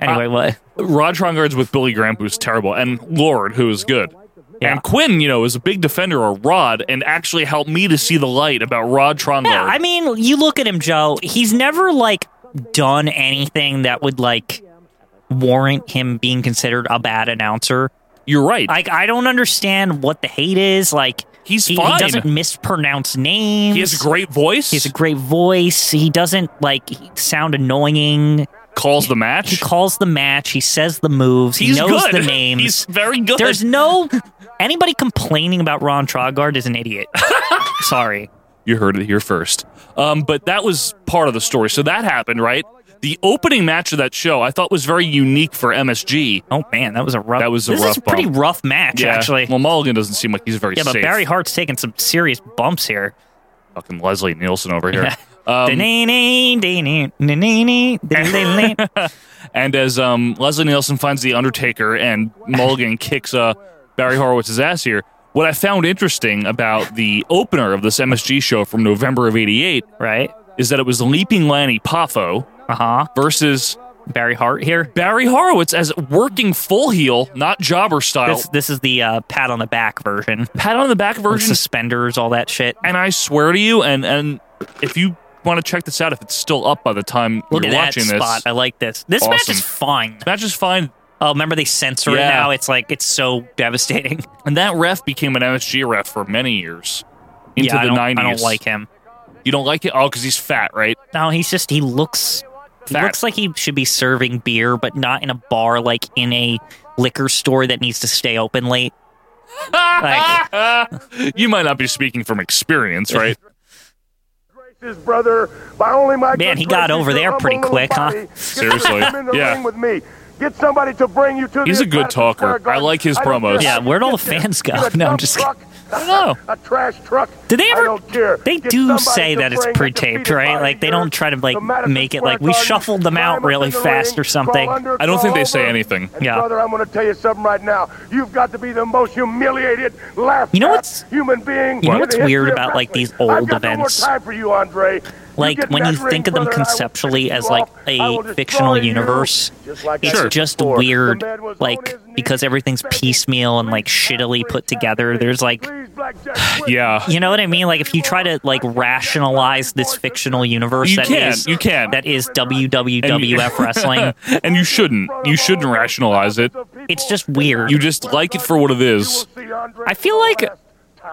Speaker 2: anyway, what?
Speaker 1: Rod Trongard's with Billy Graham, who's terrible, and Lord, who is good.
Speaker 2: Yeah.
Speaker 1: And Quinn, you know, is a big defender of Rod and actually helped me to see the light about Rod Trongard.
Speaker 2: Yeah, I mean, you look at him, Joe. He's never like done anything that would like warrant him being considered a bad announcer.
Speaker 1: You're right.
Speaker 2: Like, I don't understand what the hate is. Like,
Speaker 1: He's
Speaker 2: he,
Speaker 1: fine.
Speaker 2: He doesn't mispronounce names.
Speaker 1: he has a great voice.
Speaker 2: He has a great voice. He doesn't like sound annoying.
Speaker 1: calls the match.
Speaker 2: He calls the match. He says the moves.
Speaker 1: He's
Speaker 2: he knows
Speaker 1: good.
Speaker 2: the names.
Speaker 1: He's very good.
Speaker 2: There's no anybody complaining about Ron Trogard is an idiot. Sorry.
Speaker 1: You heard it here first. Um, but that was part of the story. So that happened, right? The opening match of that show I thought was very unique for MSG.
Speaker 2: Oh man, that was a rough.
Speaker 1: That was a
Speaker 2: this
Speaker 1: rough
Speaker 2: is a pretty
Speaker 1: bump.
Speaker 2: rough match
Speaker 1: Yeah.
Speaker 2: actually.
Speaker 1: Well, Mulligan doesn't seem like he's very
Speaker 2: yeah, but
Speaker 1: safe.
Speaker 2: Barry Hart's taking some serious bumps here.
Speaker 1: Fucking Leslie Nielsen over here. Um,
Speaker 2: Da-na-na, da-na, na-na-na, da-na-na.
Speaker 1: and as um, Leslie Nielsen finds the Undertaker and Mulligan kicks uh, Barry Horowitz's ass here, what I found interesting about the opener of this MSG show from November of '88
Speaker 2: right?
Speaker 1: is that it was Leaping Lanny Poffo
Speaker 2: Uh huh.
Speaker 1: versus
Speaker 2: Barry Hart here.
Speaker 1: Barry Horowitz as working full heel, not jobber style.
Speaker 2: This this is the uh, pat on the back version.
Speaker 1: pat on the back
Speaker 2: With
Speaker 1: version.
Speaker 2: suspenders, all that shit.
Speaker 1: and I swear to you, and and if you want to check this out, if it's still up by the time
Speaker 2: Look
Speaker 1: you're
Speaker 2: at that
Speaker 1: watching
Speaker 2: spot. I
Speaker 1: this,
Speaker 2: like this. This match
Speaker 1: Awesome.
Speaker 2: is fine.
Speaker 1: match is fine.
Speaker 2: Oh, remember they censor
Speaker 1: Yeah.
Speaker 2: it now? It's like it's so devastating.
Speaker 1: And that ref became an MSG ref for many years into
Speaker 2: yeah, I
Speaker 1: the
Speaker 2: don't-
Speaker 1: 90s.
Speaker 2: I don't like him.
Speaker 1: You don't like it? Oh, because he's fat, right?
Speaker 2: No, he's just he looks he
Speaker 1: Fat.
Speaker 2: looks like he should be serving beer, but not in a bar, like in a liquor store that needs to stay open late. like,
Speaker 1: you might not be speaking from experience, right?
Speaker 8: His brother, by only my
Speaker 2: Man,
Speaker 8: good
Speaker 2: he got
Speaker 8: graces,
Speaker 2: over
Speaker 8: your
Speaker 2: there
Speaker 8: humble
Speaker 2: pretty
Speaker 8: little
Speaker 2: quick, huh?
Speaker 8: body. Get
Speaker 1: Seriously.
Speaker 8: him in the
Speaker 1: Yeah.
Speaker 8: ring with me. Get somebody to bring you to
Speaker 1: He's
Speaker 8: the
Speaker 1: a good
Speaker 8: Madison
Speaker 1: talker.
Speaker 8: Square Garden.
Speaker 1: I like his
Speaker 8: I don't
Speaker 1: promos.
Speaker 8: care
Speaker 2: Yeah,
Speaker 8: how
Speaker 2: where'd
Speaker 8: you
Speaker 2: all the
Speaker 8: get there.
Speaker 2: fans go?
Speaker 8: Get a
Speaker 2: No, I'm
Speaker 8: dump
Speaker 2: just-
Speaker 8: truck,
Speaker 2: I don't know.
Speaker 8: A trash truck.
Speaker 2: Did they
Speaker 8: I
Speaker 2: ever-
Speaker 8: don't care.
Speaker 2: they
Speaker 8: Get
Speaker 2: do
Speaker 8: somebody
Speaker 2: say
Speaker 8: to
Speaker 2: that it's
Speaker 8: bring a
Speaker 2: pre-taped,
Speaker 8: defeated
Speaker 2: right? Like, they
Speaker 8: body
Speaker 2: don't try to, like,
Speaker 8: the Madison
Speaker 2: make it
Speaker 8: Square
Speaker 2: like, we
Speaker 8: Garden,
Speaker 2: shuffled them out
Speaker 8: climb up
Speaker 2: really
Speaker 8: in the
Speaker 2: fast
Speaker 8: ring,
Speaker 2: or something.
Speaker 8: crawl under,
Speaker 1: I don't think
Speaker 8: crawl
Speaker 1: they say
Speaker 8: over.
Speaker 1: anything.
Speaker 8: And
Speaker 2: Yeah.
Speaker 8: Brother, I'm going to tell you something right now. You've got to be the most humiliated, laughed
Speaker 2: You know
Speaker 8: at
Speaker 2: what's-
Speaker 8: human being.
Speaker 2: you know
Speaker 8: in
Speaker 2: what's
Speaker 8: the history
Speaker 2: weird
Speaker 8: of
Speaker 2: about, like,
Speaker 8: wrestling.
Speaker 2: these old
Speaker 8: I've got no more
Speaker 2: events?
Speaker 8: time for you, Andre. You
Speaker 2: like
Speaker 8: get
Speaker 2: when you
Speaker 8: that ring,
Speaker 2: think of them
Speaker 8: brother, I will
Speaker 2: conceptually
Speaker 8: pick you
Speaker 2: as like
Speaker 8: up. I will
Speaker 2: a
Speaker 8: destroy
Speaker 2: fictional
Speaker 8: you.
Speaker 2: universe,
Speaker 8: Just like I
Speaker 2: it's
Speaker 8: said
Speaker 2: just
Speaker 8: before.
Speaker 2: weird.
Speaker 8: The man was on
Speaker 2: Like
Speaker 8: his knees,
Speaker 2: because everything's
Speaker 8: begging,
Speaker 2: piecemeal and like
Speaker 8: "Please,
Speaker 2: shittily
Speaker 8: Andre,
Speaker 2: put together. There's like
Speaker 8: please, Black Jack, quit."
Speaker 1: yeah.
Speaker 2: you know what I mean? Like if you try to like rationalize this fictional universe
Speaker 1: You
Speaker 2: that is
Speaker 1: can, you can.
Speaker 2: that is
Speaker 1: And you-
Speaker 2: WWWF wrestling,
Speaker 1: and you shouldn't. You shouldn't rationalize it.
Speaker 2: it's just weird.
Speaker 1: You just like it for what it is.
Speaker 8: See, Andre,
Speaker 2: I feel like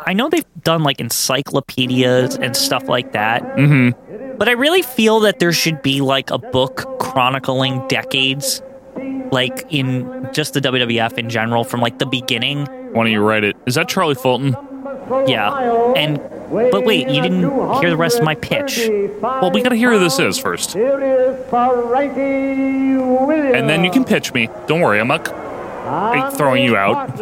Speaker 2: I know they've done like encyclopedias and stuff like that. Mm-hmm. But I really feel that there should be like a book chronicling decades, like in just the WWF in general, from like the beginning.
Speaker 1: Why don't you write it? Is that Charlie Fulton?
Speaker 2: Yeah. And but wait, you didn't hear the rest of my pitch.
Speaker 1: Well, we gotta hear who this is first,
Speaker 5: Here is for Frankie Williams.
Speaker 1: and then you can pitch me. Don't worry, I'm not.
Speaker 5: I'm
Speaker 1: throwing you out.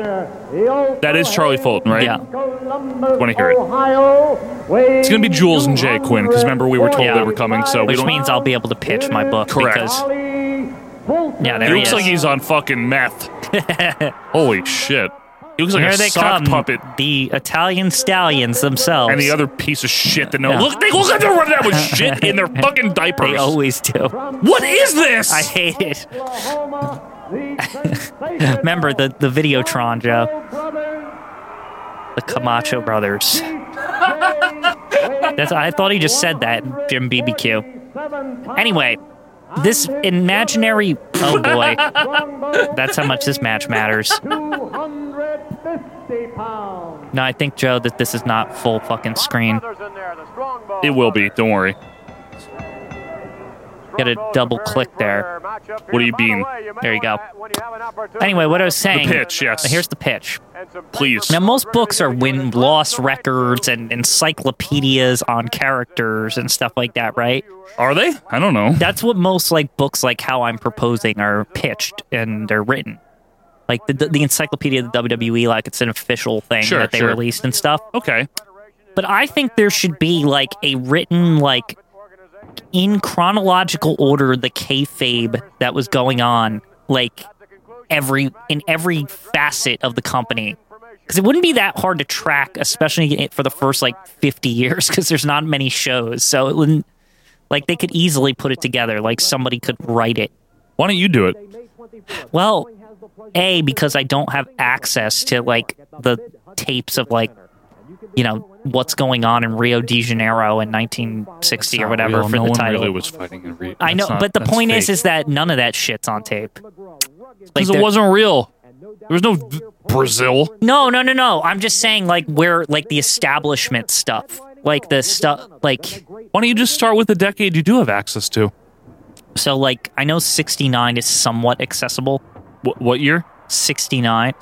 Speaker 1: That is Charlie Fulton, right?
Speaker 2: Yeah.
Speaker 1: Wanna hear it.
Speaker 5: it.
Speaker 1: It's gonna be Jules and Jay Quinn because remember we were told
Speaker 2: Yeah.
Speaker 1: they were coming, so we
Speaker 2: Which
Speaker 1: don't.
Speaker 2: means I'll be able to pitch my book
Speaker 1: Correct.
Speaker 2: because yeah,
Speaker 1: he
Speaker 2: there he
Speaker 1: looks
Speaker 2: is.
Speaker 1: like he's on fucking meth. Holy shit! He looks like
Speaker 2: Here
Speaker 1: a
Speaker 2: they
Speaker 1: sock
Speaker 2: come,
Speaker 1: puppet.
Speaker 2: the Italian stallions themselves.
Speaker 1: And the other piece of shit that no
Speaker 2: Yeah.
Speaker 1: look they look like they're running out with shit in their fucking diapers.
Speaker 2: they always do.
Speaker 1: what is this?
Speaker 2: I hate it. Remember the the Videotron, Joe, the Camacho brothers. That's I thought he just said that Jim BBQ. Anyway, this imaginary oh boy, that's how much this match matters. No, I think Joe that this is not full fucking screen.
Speaker 1: it will be. Don't worry.
Speaker 2: Got to double click there.
Speaker 1: What do you mean?
Speaker 2: There you go. Anyway, what I was saying. uh,
Speaker 1: pitch, yes.
Speaker 2: Here's the pitch.
Speaker 1: Please.
Speaker 2: Now, most books are win loss records and encyclopedias on characters and stuff like that, right?
Speaker 1: Are they? I don't know.
Speaker 2: That's what most like books like How I'm Proposing are pitched and they're written. Like the, the encyclopedia of the WWE, like it's an official thing
Speaker 1: Sure,
Speaker 2: that they
Speaker 1: sure.
Speaker 2: released and stuff.
Speaker 1: Okay.
Speaker 2: But I think there should be like a written, like in chronological order, the kayfabe that was going on, like every in every facet of the company. Because it wouldn't be that hard to track, especially i- for the first like 50 years, because there's not many shows. So it wouldn't, like, they could easily put it together. Like, somebody could write it.
Speaker 1: Why don't you do it?
Speaker 2: Well, A, because I don't have access to, like, the tapes of, like, you know, what's going on in Rio de Janeiro in 1960 or whatever
Speaker 1: Real,
Speaker 2: for
Speaker 1: no
Speaker 2: the
Speaker 1: one
Speaker 2: title.
Speaker 1: really was fighting in re-
Speaker 2: I know,
Speaker 1: that's not-
Speaker 2: but the
Speaker 1: that's
Speaker 2: point is,
Speaker 1: fake.
Speaker 2: is that none of that shit's on tape. Like,
Speaker 1: 'Cause it
Speaker 2: there-
Speaker 1: wasn't real. There was no v- Brazil.
Speaker 2: No, no, no, no. I'm just saying, like, where, like, the establishment stuff, like the stuff, like,
Speaker 1: Why don't you just start with the decade you do have access to?
Speaker 2: so, like, I know 69 is somewhat accessible.
Speaker 1: What, what year?
Speaker 2: 69,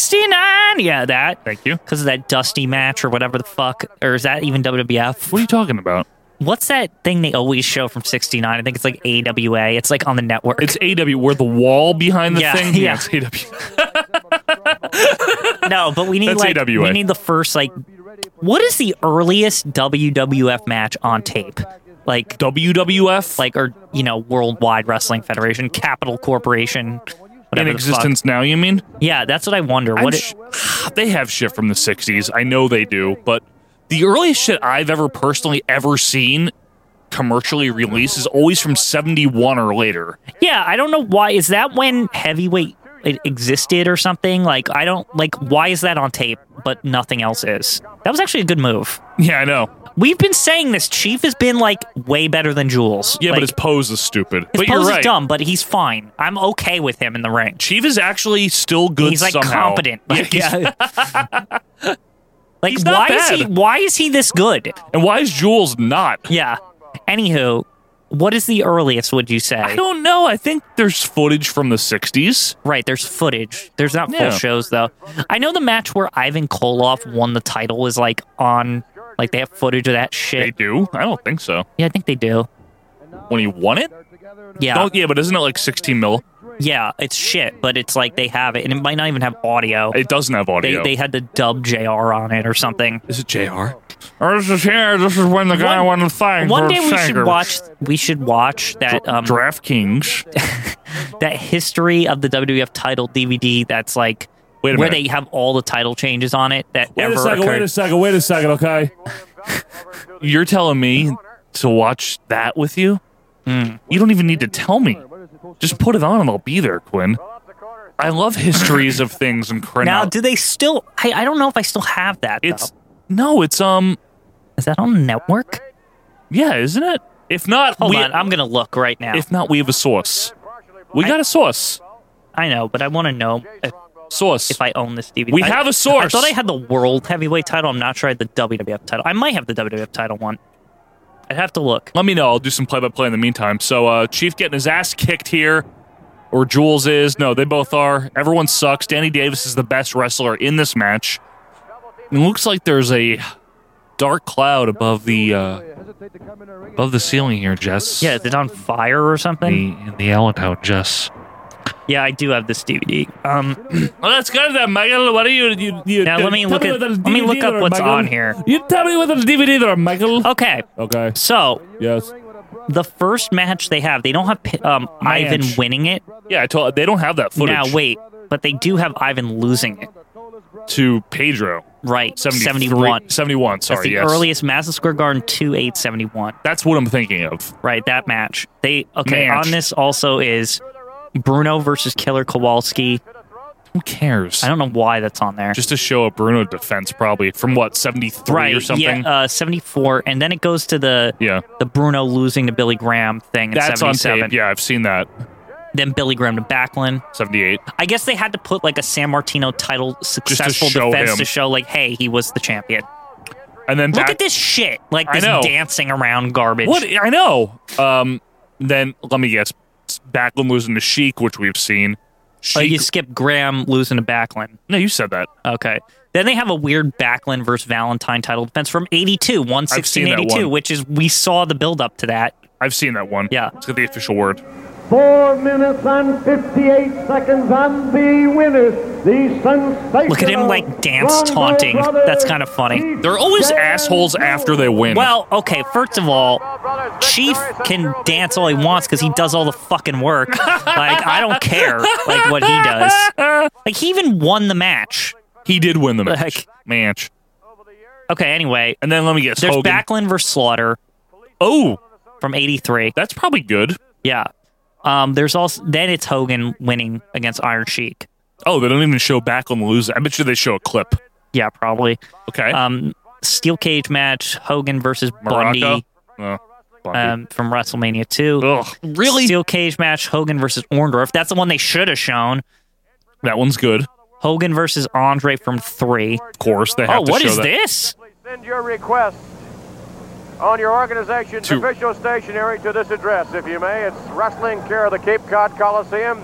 Speaker 2: 69, yeah, that
Speaker 1: Thank you.
Speaker 2: because of that dusty match or whatever the fuck, or is that even WWF?
Speaker 1: What are you talking about?
Speaker 2: What's that thing they always show from 69? I think it's like AWA. It's like on the network.
Speaker 1: It's AW. Where the wall behind the
Speaker 2: Yeah,
Speaker 1: thing?
Speaker 2: yeah.
Speaker 1: it's AW.
Speaker 2: No, but we need
Speaker 1: That's
Speaker 2: like
Speaker 1: AWA.
Speaker 2: we need the first like what is the earliest WWF match on tape? Like
Speaker 1: WWF
Speaker 2: like or you know Worldwide Wrestling Federation, Capital Corporation,
Speaker 1: in
Speaker 2: whatever the fuck.
Speaker 1: existence now. You mean?
Speaker 2: Yeah, that's what I wonder.
Speaker 1: I'm
Speaker 2: What it,
Speaker 1: sh- they have shit from the 60s. I know they do, but the earliest shit I've ever personally ever seen commercially released is always from 71 or later.
Speaker 2: Yeah, I don't know why is that when heavyweight it existed or something? Like I don't like why is that on tape but nothing else is. That was actually a good move.
Speaker 1: Yeah, I know.
Speaker 2: We've been saying this. Chief has been like way better than Jules.
Speaker 1: Yeah,
Speaker 2: Like,
Speaker 1: but his pose is stupid.
Speaker 2: his
Speaker 1: but
Speaker 2: pose
Speaker 1: you're right.
Speaker 2: is dumb, but he's fine. I'm okay with him in the ring.
Speaker 1: Chief is actually still good
Speaker 2: he's like
Speaker 1: somehow.
Speaker 2: competent.
Speaker 1: Yeah,
Speaker 2: Like,
Speaker 1: he's-
Speaker 2: yeah. Like,
Speaker 1: He's not
Speaker 2: why is he?
Speaker 1: bad.
Speaker 2: Why is he this good?
Speaker 1: And why is Jules not?
Speaker 2: Yeah. Anywho, what is the earliest? Would you say?
Speaker 1: I don't know. I think there's footage from the 60s.
Speaker 2: Right, there's footage. There's not full
Speaker 1: Yeah.
Speaker 2: shows though. I know the match where Ivan Koloff won the title is like on, like they have footage of that
Speaker 1: They
Speaker 2: shit.
Speaker 1: do? I don't think so.
Speaker 2: Yeah, I think they do.
Speaker 1: When he won it?
Speaker 2: Yeah,
Speaker 1: Don't- yeah, but isn't it like 16 mil?
Speaker 2: yeah, it's shit, but it's like they have it, and it might not even have audio.
Speaker 1: It doesn't have
Speaker 2: They
Speaker 1: audio.
Speaker 2: they had to dub Jr. on it or something.
Speaker 1: is it JR? Or Oh, this is here. This is when the guy won
Speaker 2: One-
Speaker 1: the thing.
Speaker 2: One
Speaker 1: for
Speaker 2: day we should
Speaker 1: Sanger.
Speaker 2: watch. We should watch that um,
Speaker 1: DraftKings.
Speaker 2: that history of the WWF title DVD. That's like
Speaker 1: Wait a
Speaker 2: where
Speaker 1: minute.
Speaker 2: they have all the title changes on it that ever occurred.
Speaker 1: second, wait a second, okay? You're telling me to watch that with you? You don't even need to tell me. Just put it on and I'll be there, Quinn. I love histories of things and chrono-
Speaker 2: now, do they still? I, I don't know if I still have that.
Speaker 1: it's
Speaker 2: though.
Speaker 1: no, it's um,
Speaker 2: is that on the network?
Speaker 1: yeah, isn't it? If not,
Speaker 2: Hold
Speaker 1: we,
Speaker 2: on, I'm gonna look right now.
Speaker 1: if not, we have a source. We
Speaker 2: I-
Speaker 1: got a source.
Speaker 2: I know, but I want to know if
Speaker 1: Source.
Speaker 2: if I own this DVD.
Speaker 1: We
Speaker 2: I-
Speaker 1: have a source.
Speaker 2: I thought I had the world heavyweight title. I'm not sure I had the WWF title. I might have the WWF title one. I'd have to look.
Speaker 1: Let me know. I'll do some play by play in the meantime. So, uh, Chief getting his ass kicked here, or Jules is. No, they both are. Everyone sucks. Danny Davis is the best wrestler in this match. It looks like there's a dark cloud above the uh, above the ceiling here, Jess.
Speaker 2: Yeah, is it on fire or something?
Speaker 1: the, in the Allen out, Jess.
Speaker 2: Yeah, I do have this DVD. Um,
Speaker 1: Well, let's go to that, Michael. What are you? you, you
Speaker 2: Now, let me
Speaker 1: tell
Speaker 2: look at-
Speaker 1: whether it's
Speaker 2: let me look
Speaker 1: DVD
Speaker 2: up
Speaker 1: or
Speaker 2: what's on here.
Speaker 1: You tell me whether it's DVD or Michael.
Speaker 2: okay,
Speaker 1: Okay.
Speaker 2: so
Speaker 1: Yes.
Speaker 2: the first match they have, they don't have Pi- um,
Speaker 1: Match.
Speaker 2: Ivan winning it.
Speaker 1: Yeah, I told. They don't have that footage.
Speaker 2: Now wait, but they do have Ivan losing it.
Speaker 1: to Pedro.
Speaker 2: Right,
Speaker 1: 73
Speaker 2: seventy-one.
Speaker 1: 71, sorry,
Speaker 2: That's the
Speaker 1: yes.
Speaker 2: earliest Madison Square Garden two eight seventy one.
Speaker 1: That's what I'm thinking of.
Speaker 2: Right, that match. They okay
Speaker 1: Match.
Speaker 2: on this also is Bruno versus Killer Kowalski.
Speaker 1: Who cares?
Speaker 2: I don't know why that's on there.
Speaker 1: Just to show a Bruno defense, probably from what 73
Speaker 2: right
Speaker 1: or something.
Speaker 2: Yeah, uh, seventy four, and then it goes to the
Speaker 1: Yeah.
Speaker 2: the Bruno losing to Billy Graham thing. In
Speaker 1: That's on
Speaker 2: 77.
Speaker 1: tape. Yeah, I've seen that.
Speaker 2: Then Billy Graham to Backlund.
Speaker 1: 78.
Speaker 2: I guess they had to put like a San Martino title successful
Speaker 1: show
Speaker 2: defense
Speaker 1: him.
Speaker 2: to show like, hey, he was the champion.
Speaker 1: And then
Speaker 2: Look
Speaker 1: back-
Speaker 2: at this shit, like
Speaker 1: I
Speaker 2: this
Speaker 1: know.
Speaker 2: dancing around garbage.
Speaker 1: What I know. Um, then let me guess. Backlund losing to Sheik, which we've seen.
Speaker 2: Oh,
Speaker 1: Sheik,
Speaker 2: you skip Graham losing to Backlund.
Speaker 1: no, you said that.
Speaker 2: Okay. Then they have a weird Backlund versus Valentine title defense from 82,
Speaker 1: seen that
Speaker 2: 11682,
Speaker 1: one.
Speaker 2: which is we saw the build up to that.
Speaker 1: I've seen that one.
Speaker 2: Yeah.
Speaker 1: Let's get the official word.
Speaker 5: Four minutes and 58 seconds on the winners. The sensational.
Speaker 2: Look at him like dance
Speaker 5: Rumble
Speaker 2: taunting.
Speaker 5: Brothers,
Speaker 2: That's kind of funny.
Speaker 1: They're always
Speaker 5: Dan
Speaker 1: assholes after they win.
Speaker 2: Well, okay, first of all, Chief can dance all he wants because he does all the fucking work. like I don't care like what he does. Like he even won the match.
Speaker 1: he did win the match.
Speaker 2: Like-
Speaker 1: match.
Speaker 2: Okay, anyway,
Speaker 1: And then let me guess.
Speaker 2: there's
Speaker 1: Hogan.
Speaker 2: Backlund versus Slaughter
Speaker 1: Oh,
Speaker 2: from '83.
Speaker 1: that's probably good.
Speaker 2: Yeah. Um, there's also then it's Hogan winning against Iron Sheik.
Speaker 1: Oh, they don't even show Backlund lose. I bet you they show a clip.
Speaker 2: Yeah, probably.
Speaker 1: Okay.
Speaker 2: Um, steel cage match: Hogan versus
Speaker 1: Morocco.
Speaker 2: Bundy,
Speaker 1: Oh, Bundy.
Speaker 2: um, from WrestleMania Two.
Speaker 1: Ugh, really?
Speaker 2: Steel cage match: Hogan versus Orndorff. That's the one they should have shown.
Speaker 1: that one's good. Of
Speaker 2: Hogan versus Andre from Three.
Speaker 1: course, they have
Speaker 2: Oh,
Speaker 1: to
Speaker 2: what
Speaker 1: show
Speaker 2: is
Speaker 1: that.
Speaker 2: this?
Speaker 8: Send your request on your organization's
Speaker 1: To-
Speaker 8: official stationery to this address, if you may. It's wrestling care of the Cape Cod Coliseum.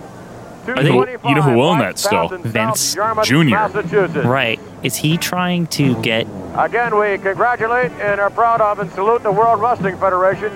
Speaker 1: they- you know who owned that still?
Speaker 2: Vince
Speaker 1: Jr..
Speaker 8: Right.
Speaker 2: Right. Is he trying to get?
Speaker 8: Again, we congratulate and are proud of and salute the World Wrestling Federation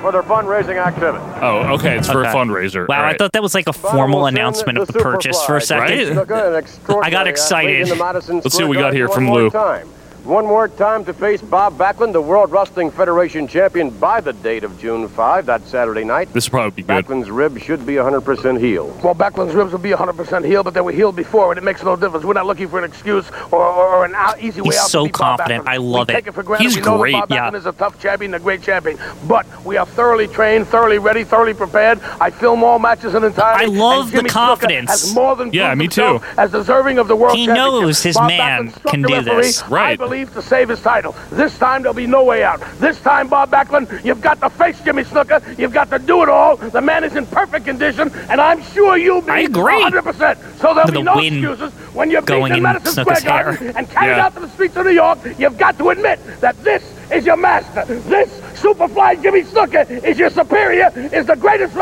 Speaker 8: for their fundraising activity.
Speaker 1: Oh, okay. It's for a
Speaker 2: Okay.
Speaker 1: fundraiser.
Speaker 2: Wow,
Speaker 1: All
Speaker 2: I
Speaker 1: right.
Speaker 2: thought that was like a formal announcement of the purchase for a second.
Speaker 1: Right?
Speaker 2: I got excited.
Speaker 1: Let's see what we got here from Lou.
Speaker 8: Time. One more time to face Bob Backlund, the World Wrestling Federation champion by the date of June 5, that Saturday night.
Speaker 1: This will probably be good.
Speaker 8: Backlund's rib should be 100% healed.
Speaker 9: Well, Backlund's ribs will be 100% healed, but they were healed before, and it makes no difference. We're not looking for an excuse or, or, or an out, easy way
Speaker 2: He's
Speaker 9: out. to
Speaker 2: so
Speaker 9: beat Bob
Speaker 2: confident.
Speaker 9: Backlund.
Speaker 2: I love
Speaker 9: we
Speaker 2: it.
Speaker 9: Take it for granted.
Speaker 1: He's
Speaker 9: we know
Speaker 1: great,
Speaker 9: That Bob
Speaker 2: yeah.
Speaker 9: Backlund is a tough champion, a great champion, but we are thoroughly trained, thoroughly ready, thoroughly prepared. I film all matches in entirety.
Speaker 2: I love
Speaker 9: and
Speaker 2: the
Speaker 9: Jimmy Snuka
Speaker 2: confidence.
Speaker 9: Has more than
Speaker 1: Yeah,
Speaker 9: proved
Speaker 1: me
Speaker 9: himself
Speaker 1: too.
Speaker 9: As deserving of the world
Speaker 2: He
Speaker 9: championship.
Speaker 2: knows his
Speaker 9: Bob
Speaker 2: man
Speaker 9: Backlund struck
Speaker 2: can
Speaker 9: the
Speaker 2: do
Speaker 9: referee,
Speaker 2: this.
Speaker 1: Right.
Speaker 9: I believe to save his title. This time there'll be no way out. This time, Bob Backlund, you've got to face Jimmy Snooker. You've got to do it all. The man is in perfect condition, and I'm sure you'll be
Speaker 2: I agree.
Speaker 9: 100%. So there'll
Speaker 2: With
Speaker 9: be
Speaker 2: the
Speaker 9: no
Speaker 2: wind
Speaker 9: excuses when you're
Speaker 2: going
Speaker 9: beaten
Speaker 2: in
Speaker 9: Madison
Speaker 2: Snooker's
Speaker 9: Square Garden
Speaker 2: hair.
Speaker 9: and carried
Speaker 1: Yeah.
Speaker 9: out to the streets of New York. You've got to admit that this is your master. This Superfly Jimmy Snooker is your superior, is the greatest.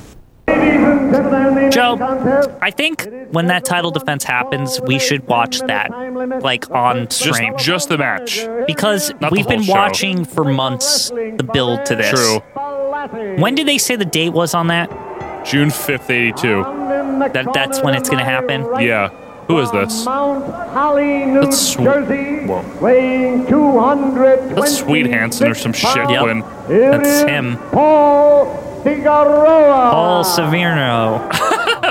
Speaker 2: Joe, I think when that title defense happens, we should watch that, like on
Speaker 1: Just,
Speaker 2: stream,
Speaker 1: just the match.
Speaker 2: because
Speaker 1: Not the
Speaker 2: we've been
Speaker 1: whole show.
Speaker 2: watching for months the build to this.
Speaker 1: True.
Speaker 2: When did they say the date was on that?
Speaker 1: Ah. June 5th, 82.
Speaker 2: That that's when it's gonna happen.
Speaker 1: Yeah. Who is this?
Speaker 5: Mount Holly, New
Speaker 1: That's sw-
Speaker 5: Jersey,
Speaker 1: Whoa.
Speaker 5: weighing 200.
Speaker 1: That's Sweet Hansen or some shit.
Speaker 2: Yep.
Speaker 1: When
Speaker 2: That's him,
Speaker 5: Paul Figueroa.
Speaker 2: Paul Severino.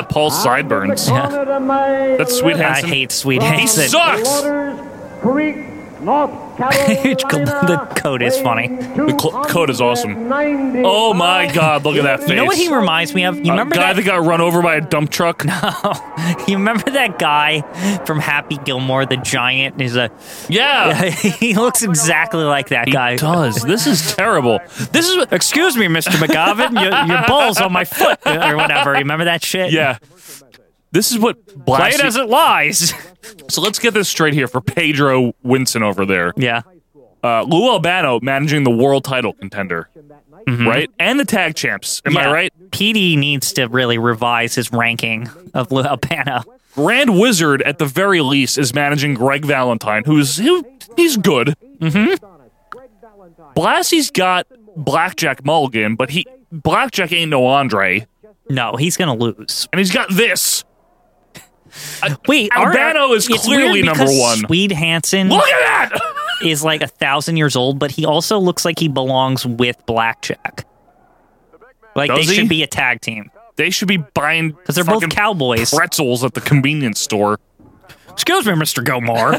Speaker 1: Paul Sideburns.
Speaker 5: Corner to my
Speaker 1: That's Sweet
Speaker 2: I
Speaker 1: Hansen.
Speaker 2: hate Sweet
Speaker 1: He
Speaker 2: Hansen.
Speaker 1: sucks.
Speaker 5: Waters Creek, North
Speaker 2: The
Speaker 5: Carolina.
Speaker 2: coat is funny.
Speaker 1: The cl- coat is awesome. Oh my God! Look at that face.
Speaker 2: You know what he reminds me of? You
Speaker 1: A
Speaker 2: remember
Speaker 1: guy
Speaker 2: that?
Speaker 1: that got run over by a dump truck?
Speaker 2: you remember that guy from Happy Gilmore, the giant? Is a
Speaker 1: Yeah.
Speaker 2: he looks exactly like that
Speaker 1: He
Speaker 2: guy.
Speaker 1: does. This is terrible. This is what-
Speaker 2: Excuse me, Mr. McGavin, your, your ball's on my foot or whatever. Remember that shit?
Speaker 1: yeah. This is what
Speaker 2: Play
Speaker 1: Blassie-
Speaker 2: it as it lies.
Speaker 1: So let's get this straight here for Pedro Winson over there.
Speaker 2: yeah.
Speaker 1: Uh, Lou Albano managing the world title contender, right? And the tag champs. Am
Speaker 2: Mm-hmm. Yeah.
Speaker 1: I right?
Speaker 2: PD needs to really revise his ranking of Lou Albano.
Speaker 1: Grand Wizard, at the very least, is managing Greg Valentine, who's who, he's good. Mm-hmm. Blassie's got Blackjack Mulligan, but he Blackjack ain't no Andre,
Speaker 2: No, he's gonna lose.
Speaker 1: and he's got this.
Speaker 2: Wait, are-
Speaker 1: Albano is
Speaker 2: it's
Speaker 1: clearly
Speaker 2: weird
Speaker 1: number
Speaker 2: because
Speaker 1: one.
Speaker 2: Swede Hansen
Speaker 1: Look at that!
Speaker 2: is like a thousand years old, but he also looks like he belongs with Blackjack. Like
Speaker 1: Does
Speaker 2: they
Speaker 1: he?
Speaker 2: should be a tag team
Speaker 1: they should be buying
Speaker 2: because they're both
Speaker 1: fucking
Speaker 2: cowboys.
Speaker 1: pretzels at the convenience store.
Speaker 2: Excuse me, Mister Gilmore.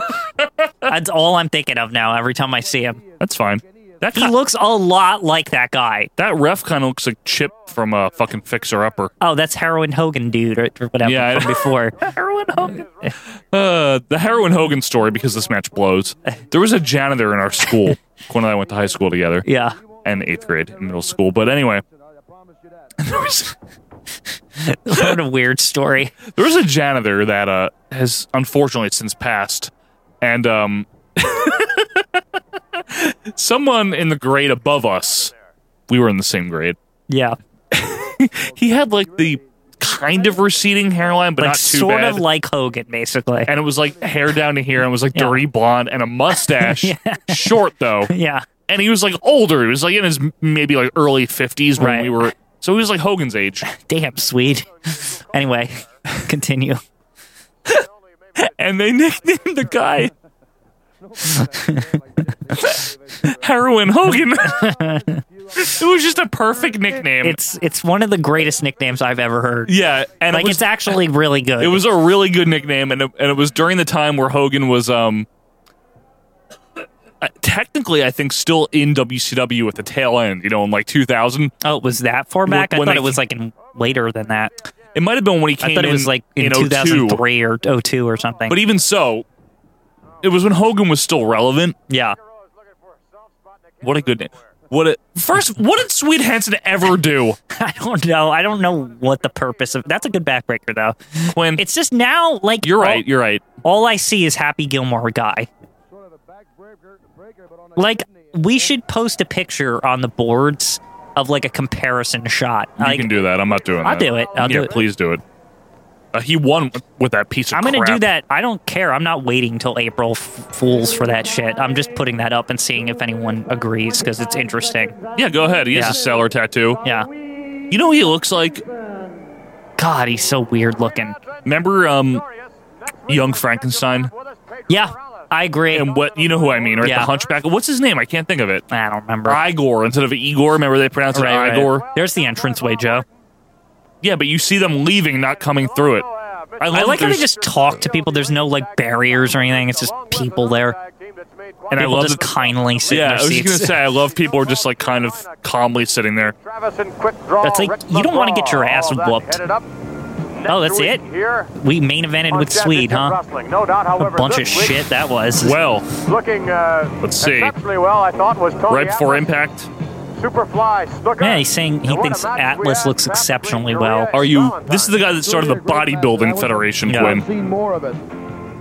Speaker 2: That's all I'm thinking of now. Every time I see him,
Speaker 1: That's fine. That
Speaker 2: he
Speaker 1: ki-
Speaker 2: looks a lot like that guy.
Speaker 1: that ref kind of looks like Chip from uh, fucking Fixer Upper.
Speaker 2: Oh, that's heroin Hogan dude or or whatever
Speaker 1: Yeah, I
Speaker 2: from
Speaker 1: know.
Speaker 2: before.
Speaker 1: Heroin Hogan. Uh, the heroin Hogan story because this match blows. There was a janitor in our school. Quinn and I went to high school together.
Speaker 2: Yeah.
Speaker 1: And eighth grade, in middle school. But anyway, there was
Speaker 2: what a weird story.
Speaker 1: there was a janitor that uh has unfortunately since passed, and um, someone in the grade above us, we were in the same grade.
Speaker 2: Yeah.
Speaker 1: He had like the kind of receding hairline, but
Speaker 2: like
Speaker 1: not too
Speaker 2: sort
Speaker 1: bad.
Speaker 2: of like Hogan, basically.
Speaker 1: and it was like hair down to here and it was like
Speaker 2: Yeah.
Speaker 1: dirty blonde and a mustache short though
Speaker 2: yeah.
Speaker 1: and he was like older he was like in his m- maybe like early 50s when
Speaker 2: Right.
Speaker 1: we were so he was like hogan's age
Speaker 2: Damn, sweet. anyway, continue.
Speaker 1: and they nicknamed the guy heroin hogan it was just a perfect nickname
Speaker 2: It's it's one of the greatest nicknames I've ever heard.
Speaker 1: yeah and
Speaker 2: Like
Speaker 1: it was,
Speaker 2: it's actually really good.
Speaker 1: it was a really good nickname and it, and it was during the time where hogan was um uh, technically i think still in wcw at the tail end you know in like 2000
Speaker 2: oh, it was that far
Speaker 1: When-
Speaker 2: back? I
Speaker 1: when
Speaker 2: thought
Speaker 1: they-
Speaker 2: it was like in later than that.
Speaker 1: It might have been when he came
Speaker 2: I thought it was like in,
Speaker 1: in 2002.
Speaker 2: 2003 or 02 or something.
Speaker 1: But even so, it was when Hogan was still relevant.
Speaker 2: yeah.
Speaker 1: What a good name. What a, first, what did Sweet Hansen ever do?
Speaker 2: I don't know. I don't know what the purpose of That's a good backbreaker though.
Speaker 1: Quinn,
Speaker 2: It's just now like
Speaker 1: you're
Speaker 2: all-
Speaker 1: right. You're right.
Speaker 2: all I see is Happy Gilmore guy. Like we should post a picture on the boards of like a comparison shot.
Speaker 1: You
Speaker 2: Like
Speaker 1: can do that. I'm not doing that.
Speaker 2: I'll do it. I'll
Speaker 1: yeah,
Speaker 2: do it.
Speaker 1: please do it. Uh, he won with that piece of
Speaker 2: I'm gonna
Speaker 1: crap.
Speaker 2: do that. I don't care. I'm not waiting till April f- Fools for that shit. I'm just putting that up and seeing if anyone agrees because it's interesting.
Speaker 1: Yeah, go ahead. He
Speaker 2: Yeah.
Speaker 1: has a sailor tattoo.
Speaker 2: Yeah.
Speaker 1: You know, he looks like.
Speaker 2: God, he's so weird looking.
Speaker 1: Remember um, Young Frankenstein?
Speaker 2: Yeah, I agree.
Speaker 1: And what. You know who I mean, right?
Speaker 2: Yeah.
Speaker 1: The hunchback. What's his name? I can't think of it.
Speaker 2: I don't remember.
Speaker 1: Igor instead of Igor. Remember they pronounced it
Speaker 2: Right, right.
Speaker 1: Igor?
Speaker 2: There's the entranceway, Joe.
Speaker 1: Yeah, but you see them leaving, not coming through it. I,
Speaker 2: I
Speaker 1: love
Speaker 2: like how they
Speaker 1: there's-
Speaker 2: just talk to people. There's no like barriers or anything. It's just people there.
Speaker 1: And I
Speaker 2: people
Speaker 1: love
Speaker 2: just
Speaker 1: that-
Speaker 2: kindly sit
Speaker 1: Yeah,
Speaker 2: in
Speaker 1: I
Speaker 2: their
Speaker 1: was
Speaker 2: seats.
Speaker 1: just gonna say I love people are just like kind of calmly sitting there.
Speaker 8: Travis and quick draw.
Speaker 2: That's like-
Speaker 8: Rick
Speaker 2: you don't wanna get your
Speaker 8: McGraw.
Speaker 2: ass
Speaker 8: All that
Speaker 2: whooped.
Speaker 8: headed up
Speaker 2: oh, that's
Speaker 8: next
Speaker 2: it.
Speaker 8: week Here
Speaker 2: We main evented
Speaker 8: on
Speaker 2: with Swede,
Speaker 8: Championship
Speaker 2: huh?
Speaker 8: Wrestling. No doubt,
Speaker 2: What
Speaker 8: however,
Speaker 2: a bunch of
Speaker 8: this week,
Speaker 2: shit that was.
Speaker 1: Well,
Speaker 8: Looking, uh,
Speaker 1: Let's see.
Speaker 8: exceptionally well, I thought was Tony
Speaker 1: right before
Speaker 8: Atlas,
Speaker 1: impact,
Speaker 8: Superfly, Snooker.
Speaker 2: Yeah, he's saying he
Speaker 8: And what a
Speaker 2: thinks
Speaker 8: match we
Speaker 2: Atlas
Speaker 8: had
Speaker 2: looks
Speaker 8: back between
Speaker 2: exceptionally
Speaker 8: Korea
Speaker 2: well.
Speaker 8: and
Speaker 1: are you?
Speaker 8: Valentine.
Speaker 1: This is the guy that started the bodybuilding federation.
Speaker 2: Yeah.
Speaker 1: Quinn,
Speaker 5: Seen more of it.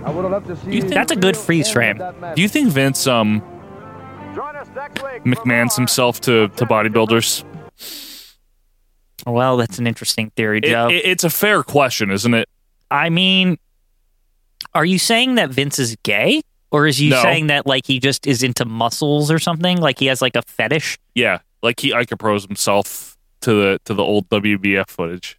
Speaker 5: I would have loved to see.
Speaker 1: you think-
Speaker 2: That's a good freeze frame.
Speaker 1: do you think Vince um
Speaker 8: Join us next week for
Speaker 1: McMahon's
Speaker 8: more.
Speaker 1: himself to to bodybuilders?
Speaker 2: Well, that's an interesting theory,
Speaker 1: It,
Speaker 2: Joe.
Speaker 1: it- it's a fair question, isn't it?
Speaker 2: I mean, are you saying that Vince is gay? Or is you
Speaker 1: No.
Speaker 2: saying that like he just is into muscles or something? Like he has like a fetish?
Speaker 1: Yeah, like he Ikepros himself to the to the old WBF footage.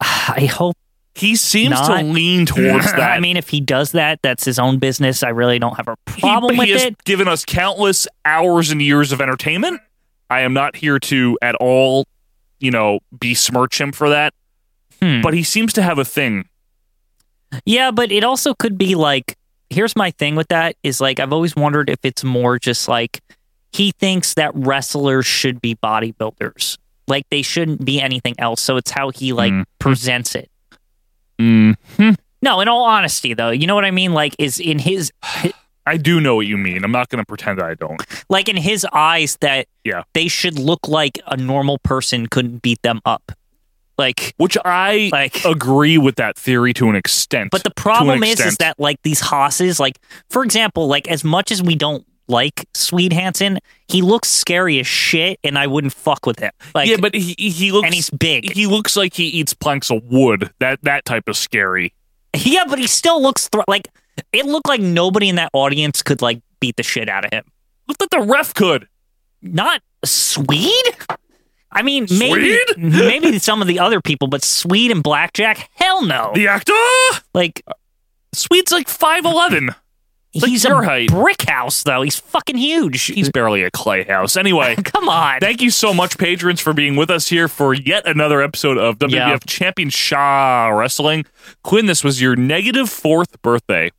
Speaker 2: I hope.
Speaker 1: He seems
Speaker 2: Not-
Speaker 1: to lean towards that.
Speaker 2: I mean, if he does that, that's his own business. I really don't have a problem
Speaker 1: he,
Speaker 2: with
Speaker 1: he has
Speaker 2: it.
Speaker 1: given us countless hours and years of entertainment. I am not here to at all, you know, besmirch him for that.
Speaker 2: Hmm.
Speaker 1: But he seems to have a thing.
Speaker 2: Yeah, but it also could be like here's my thing with that is like I've always wondered if it's more just like he thinks that wrestlers should be bodybuilders. Like they shouldn't be anything else. So it's how he like
Speaker 1: Mm.
Speaker 2: presents it. Hmm. No, in all honesty though, you know what I mean? Like is in his
Speaker 1: I do know what you mean. I'm not going to pretend I don't.
Speaker 2: like in his eyes that
Speaker 1: Yeah.
Speaker 2: they should look like a normal person couldn't beat them up. Like,
Speaker 1: Which I
Speaker 2: Like-
Speaker 1: agree with that theory to an extent.
Speaker 2: but the
Speaker 1: Oh, To an
Speaker 2: problem is, is
Speaker 1: extent.
Speaker 2: that like these hosses, like for example, like as much as we don't like Swede Hansen, he looks scary as shit, and I wouldn't fuck with him. Like,
Speaker 1: yeah, but he he looks
Speaker 2: and he's big.
Speaker 1: He looks like he eats planks of wood. That that type of scary.
Speaker 2: yeah, but he still looks thr like it looked like nobody in that audience could like beat the shit out of him.
Speaker 1: Look that the ref could.
Speaker 2: Not Swede. I mean, maybe
Speaker 1: Swede?
Speaker 2: maybe some of the other people, but Swede and Blackjack, hell no.
Speaker 1: The actor.
Speaker 2: Like
Speaker 1: Sweet's like five eleven. like
Speaker 2: he's
Speaker 1: your
Speaker 2: a
Speaker 1: height.
Speaker 2: brick house though. He's fucking huge.
Speaker 1: He's barely a clay house. Anyway.
Speaker 2: Come on.
Speaker 1: Thank you so much, patrons, for being with us here for yet another episode of WWF
Speaker 2: Yeah.
Speaker 1: Champion Shaw Wrestling. Quinn, this was your negative fourth birthday.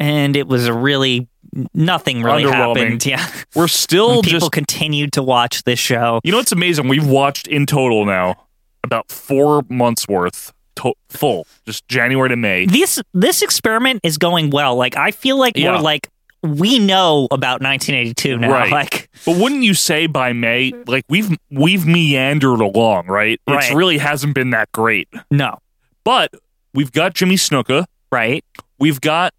Speaker 2: and it was a really nothing really
Speaker 1: Underwhelming.
Speaker 2: happened. Yeah,
Speaker 1: We're still
Speaker 2: people
Speaker 1: just.
Speaker 2: continued to watch this show.
Speaker 1: you know what's amazing? We've watched in total now about four months worth to- full, just January to May.
Speaker 2: This this experiment is going well. Like I feel like
Speaker 1: Yeah.
Speaker 2: we're like we know about 1982 now.
Speaker 1: Right.
Speaker 2: Like
Speaker 1: But wouldn't you say by May, like we've we've meandered along, right? It
Speaker 2: Right.
Speaker 1: really hasn't been that great.
Speaker 2: no,
Speaker 1: But we've got Jimmy Snuka.
Speaker 2: right?
Speaker 1: We've got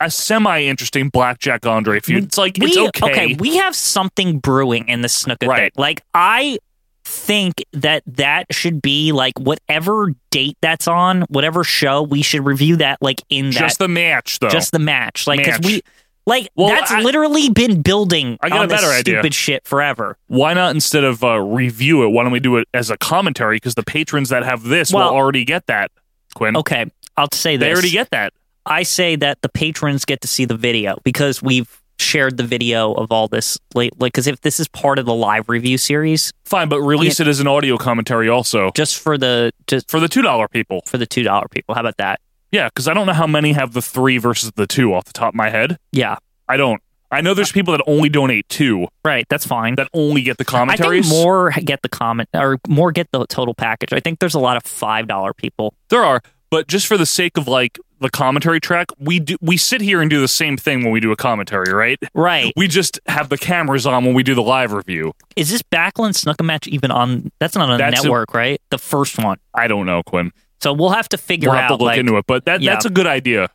Speaker 1: a semi interesting Blackjack Andre feud. It's like
Speaker 2: we,
Speaker 1: it's okay.
Speaker 2: we have something brewing in the snooker
Speaker 1: Right.
Speaker 2: thing. Like I think that that should be like whatever date that's on, whatever show we should review that like in
Speaker 1: just
Speaker 2: that
Speaker 1: the match though.
Speaker 2: just the match. Like 'cause
Speaker 1: Match.
Speaker 2: we like
Speaker 1: Well,
Speaker 2: that's
Speaker 1: I-
Speaker 2: literally been building
Speaker 1: I got
Speaker 2: on
Speaker 1: a better
Speaker 2: this
Speaker 1: idea.
Speaker 2: stupid shit forever.
Speaker 1: why not instead of uh, review it? Why don't we do it as a commentary? Because the patrons that have this
Speaker 2: Well-
Speaker 1: will already get that. Quinn,
Speaker 2: Okay, I'll say this.
Speaker 1: they already get that.
Speaker 2: I say that the patrons get to see the video because we've shared the video of all this late like cuz if this is part of the live review series
Speaker 1: Fine, but release it as an audio commentary also
Speaker 2: just for the just
Speaker 1: for the two dollar people.
Speaker 2: for the $2 people. How about that?
Speaker 1: Yeah, because I don't know how many have the three versus the two off the top of my head.
Speaker 2: Yeah.
Speaker 1: I don't. I know there's people that only donate two
Speaker 2: Right, that's fine.
Speaker 1: that only get the
Speaker 2: I think
Speaker 1: commentaries.
Speaker 2: more get the comment or more get the total package. I think there's a lot of five dollar people.
Speaker 1: there are, but just for the sake of like the commentary track, we do we sit here and do the same thing when we do a commentary, right?
Speaker 2: Right.
Speaker 1: We just have the cameras on when we do the live review.
Speaker 2: Is this Backlund Snooker match even on that's not on the
Speaker 1: That's a-
Speaker 2: network, right? The first one.
Speaker 1: I don't know, Quinn.
Speaker 2: So we'll have to figure
Speaker 1: We'll
Speaker 2: out
Speaker 1: have to look
Speaker 2: like,
Speaker 1: into it, but that
Speaker 2: Yeah.
Speaker 1: that's a good idea.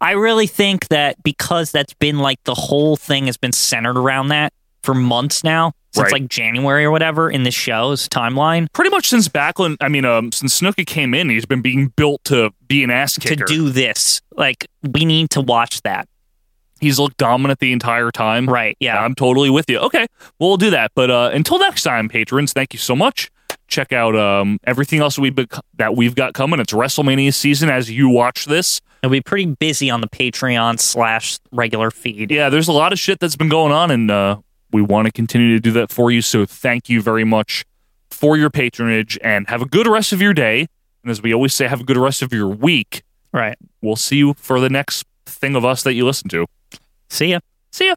Speaker 2: I really think that because that's been like the whole thing has been centered around that for months now, since
Speaker 1: Right.
Speaker 2: like January or whatever in this show's timeline
Speaker 1: Pretty much since Backlund, I mean, um, since Snooki came in, he's been being built to be an ass kicker.
Speaker 2: to do this. Like we need to watch that.
Speaker 1: he's looked dominant the entire time.
Speaker 2: Right. Yeah.
Speaker 1: I'm totally with you. Okay, well, we'll do that. But uh, until next time, patrons, thank you so much. Check out um, everything else we bec- that we've got coming. It's WrestleMania season as you watch this.
Speaker 2: It'll be pretty busy on the Patreon slash regular feed.
Speaker 1: Yeah, there's a lot of shit that's been going on, and uh, we want to continue to do that for you. So thank you very much for your patronage, and have a good rest of your day. And as we always say, have a good rest of your week.
Speaker 2: Right.
Speaker 1: We'll see you for the next thing of us that you listen to.
Speaker 2: See ya.
Speaker 1: See ya.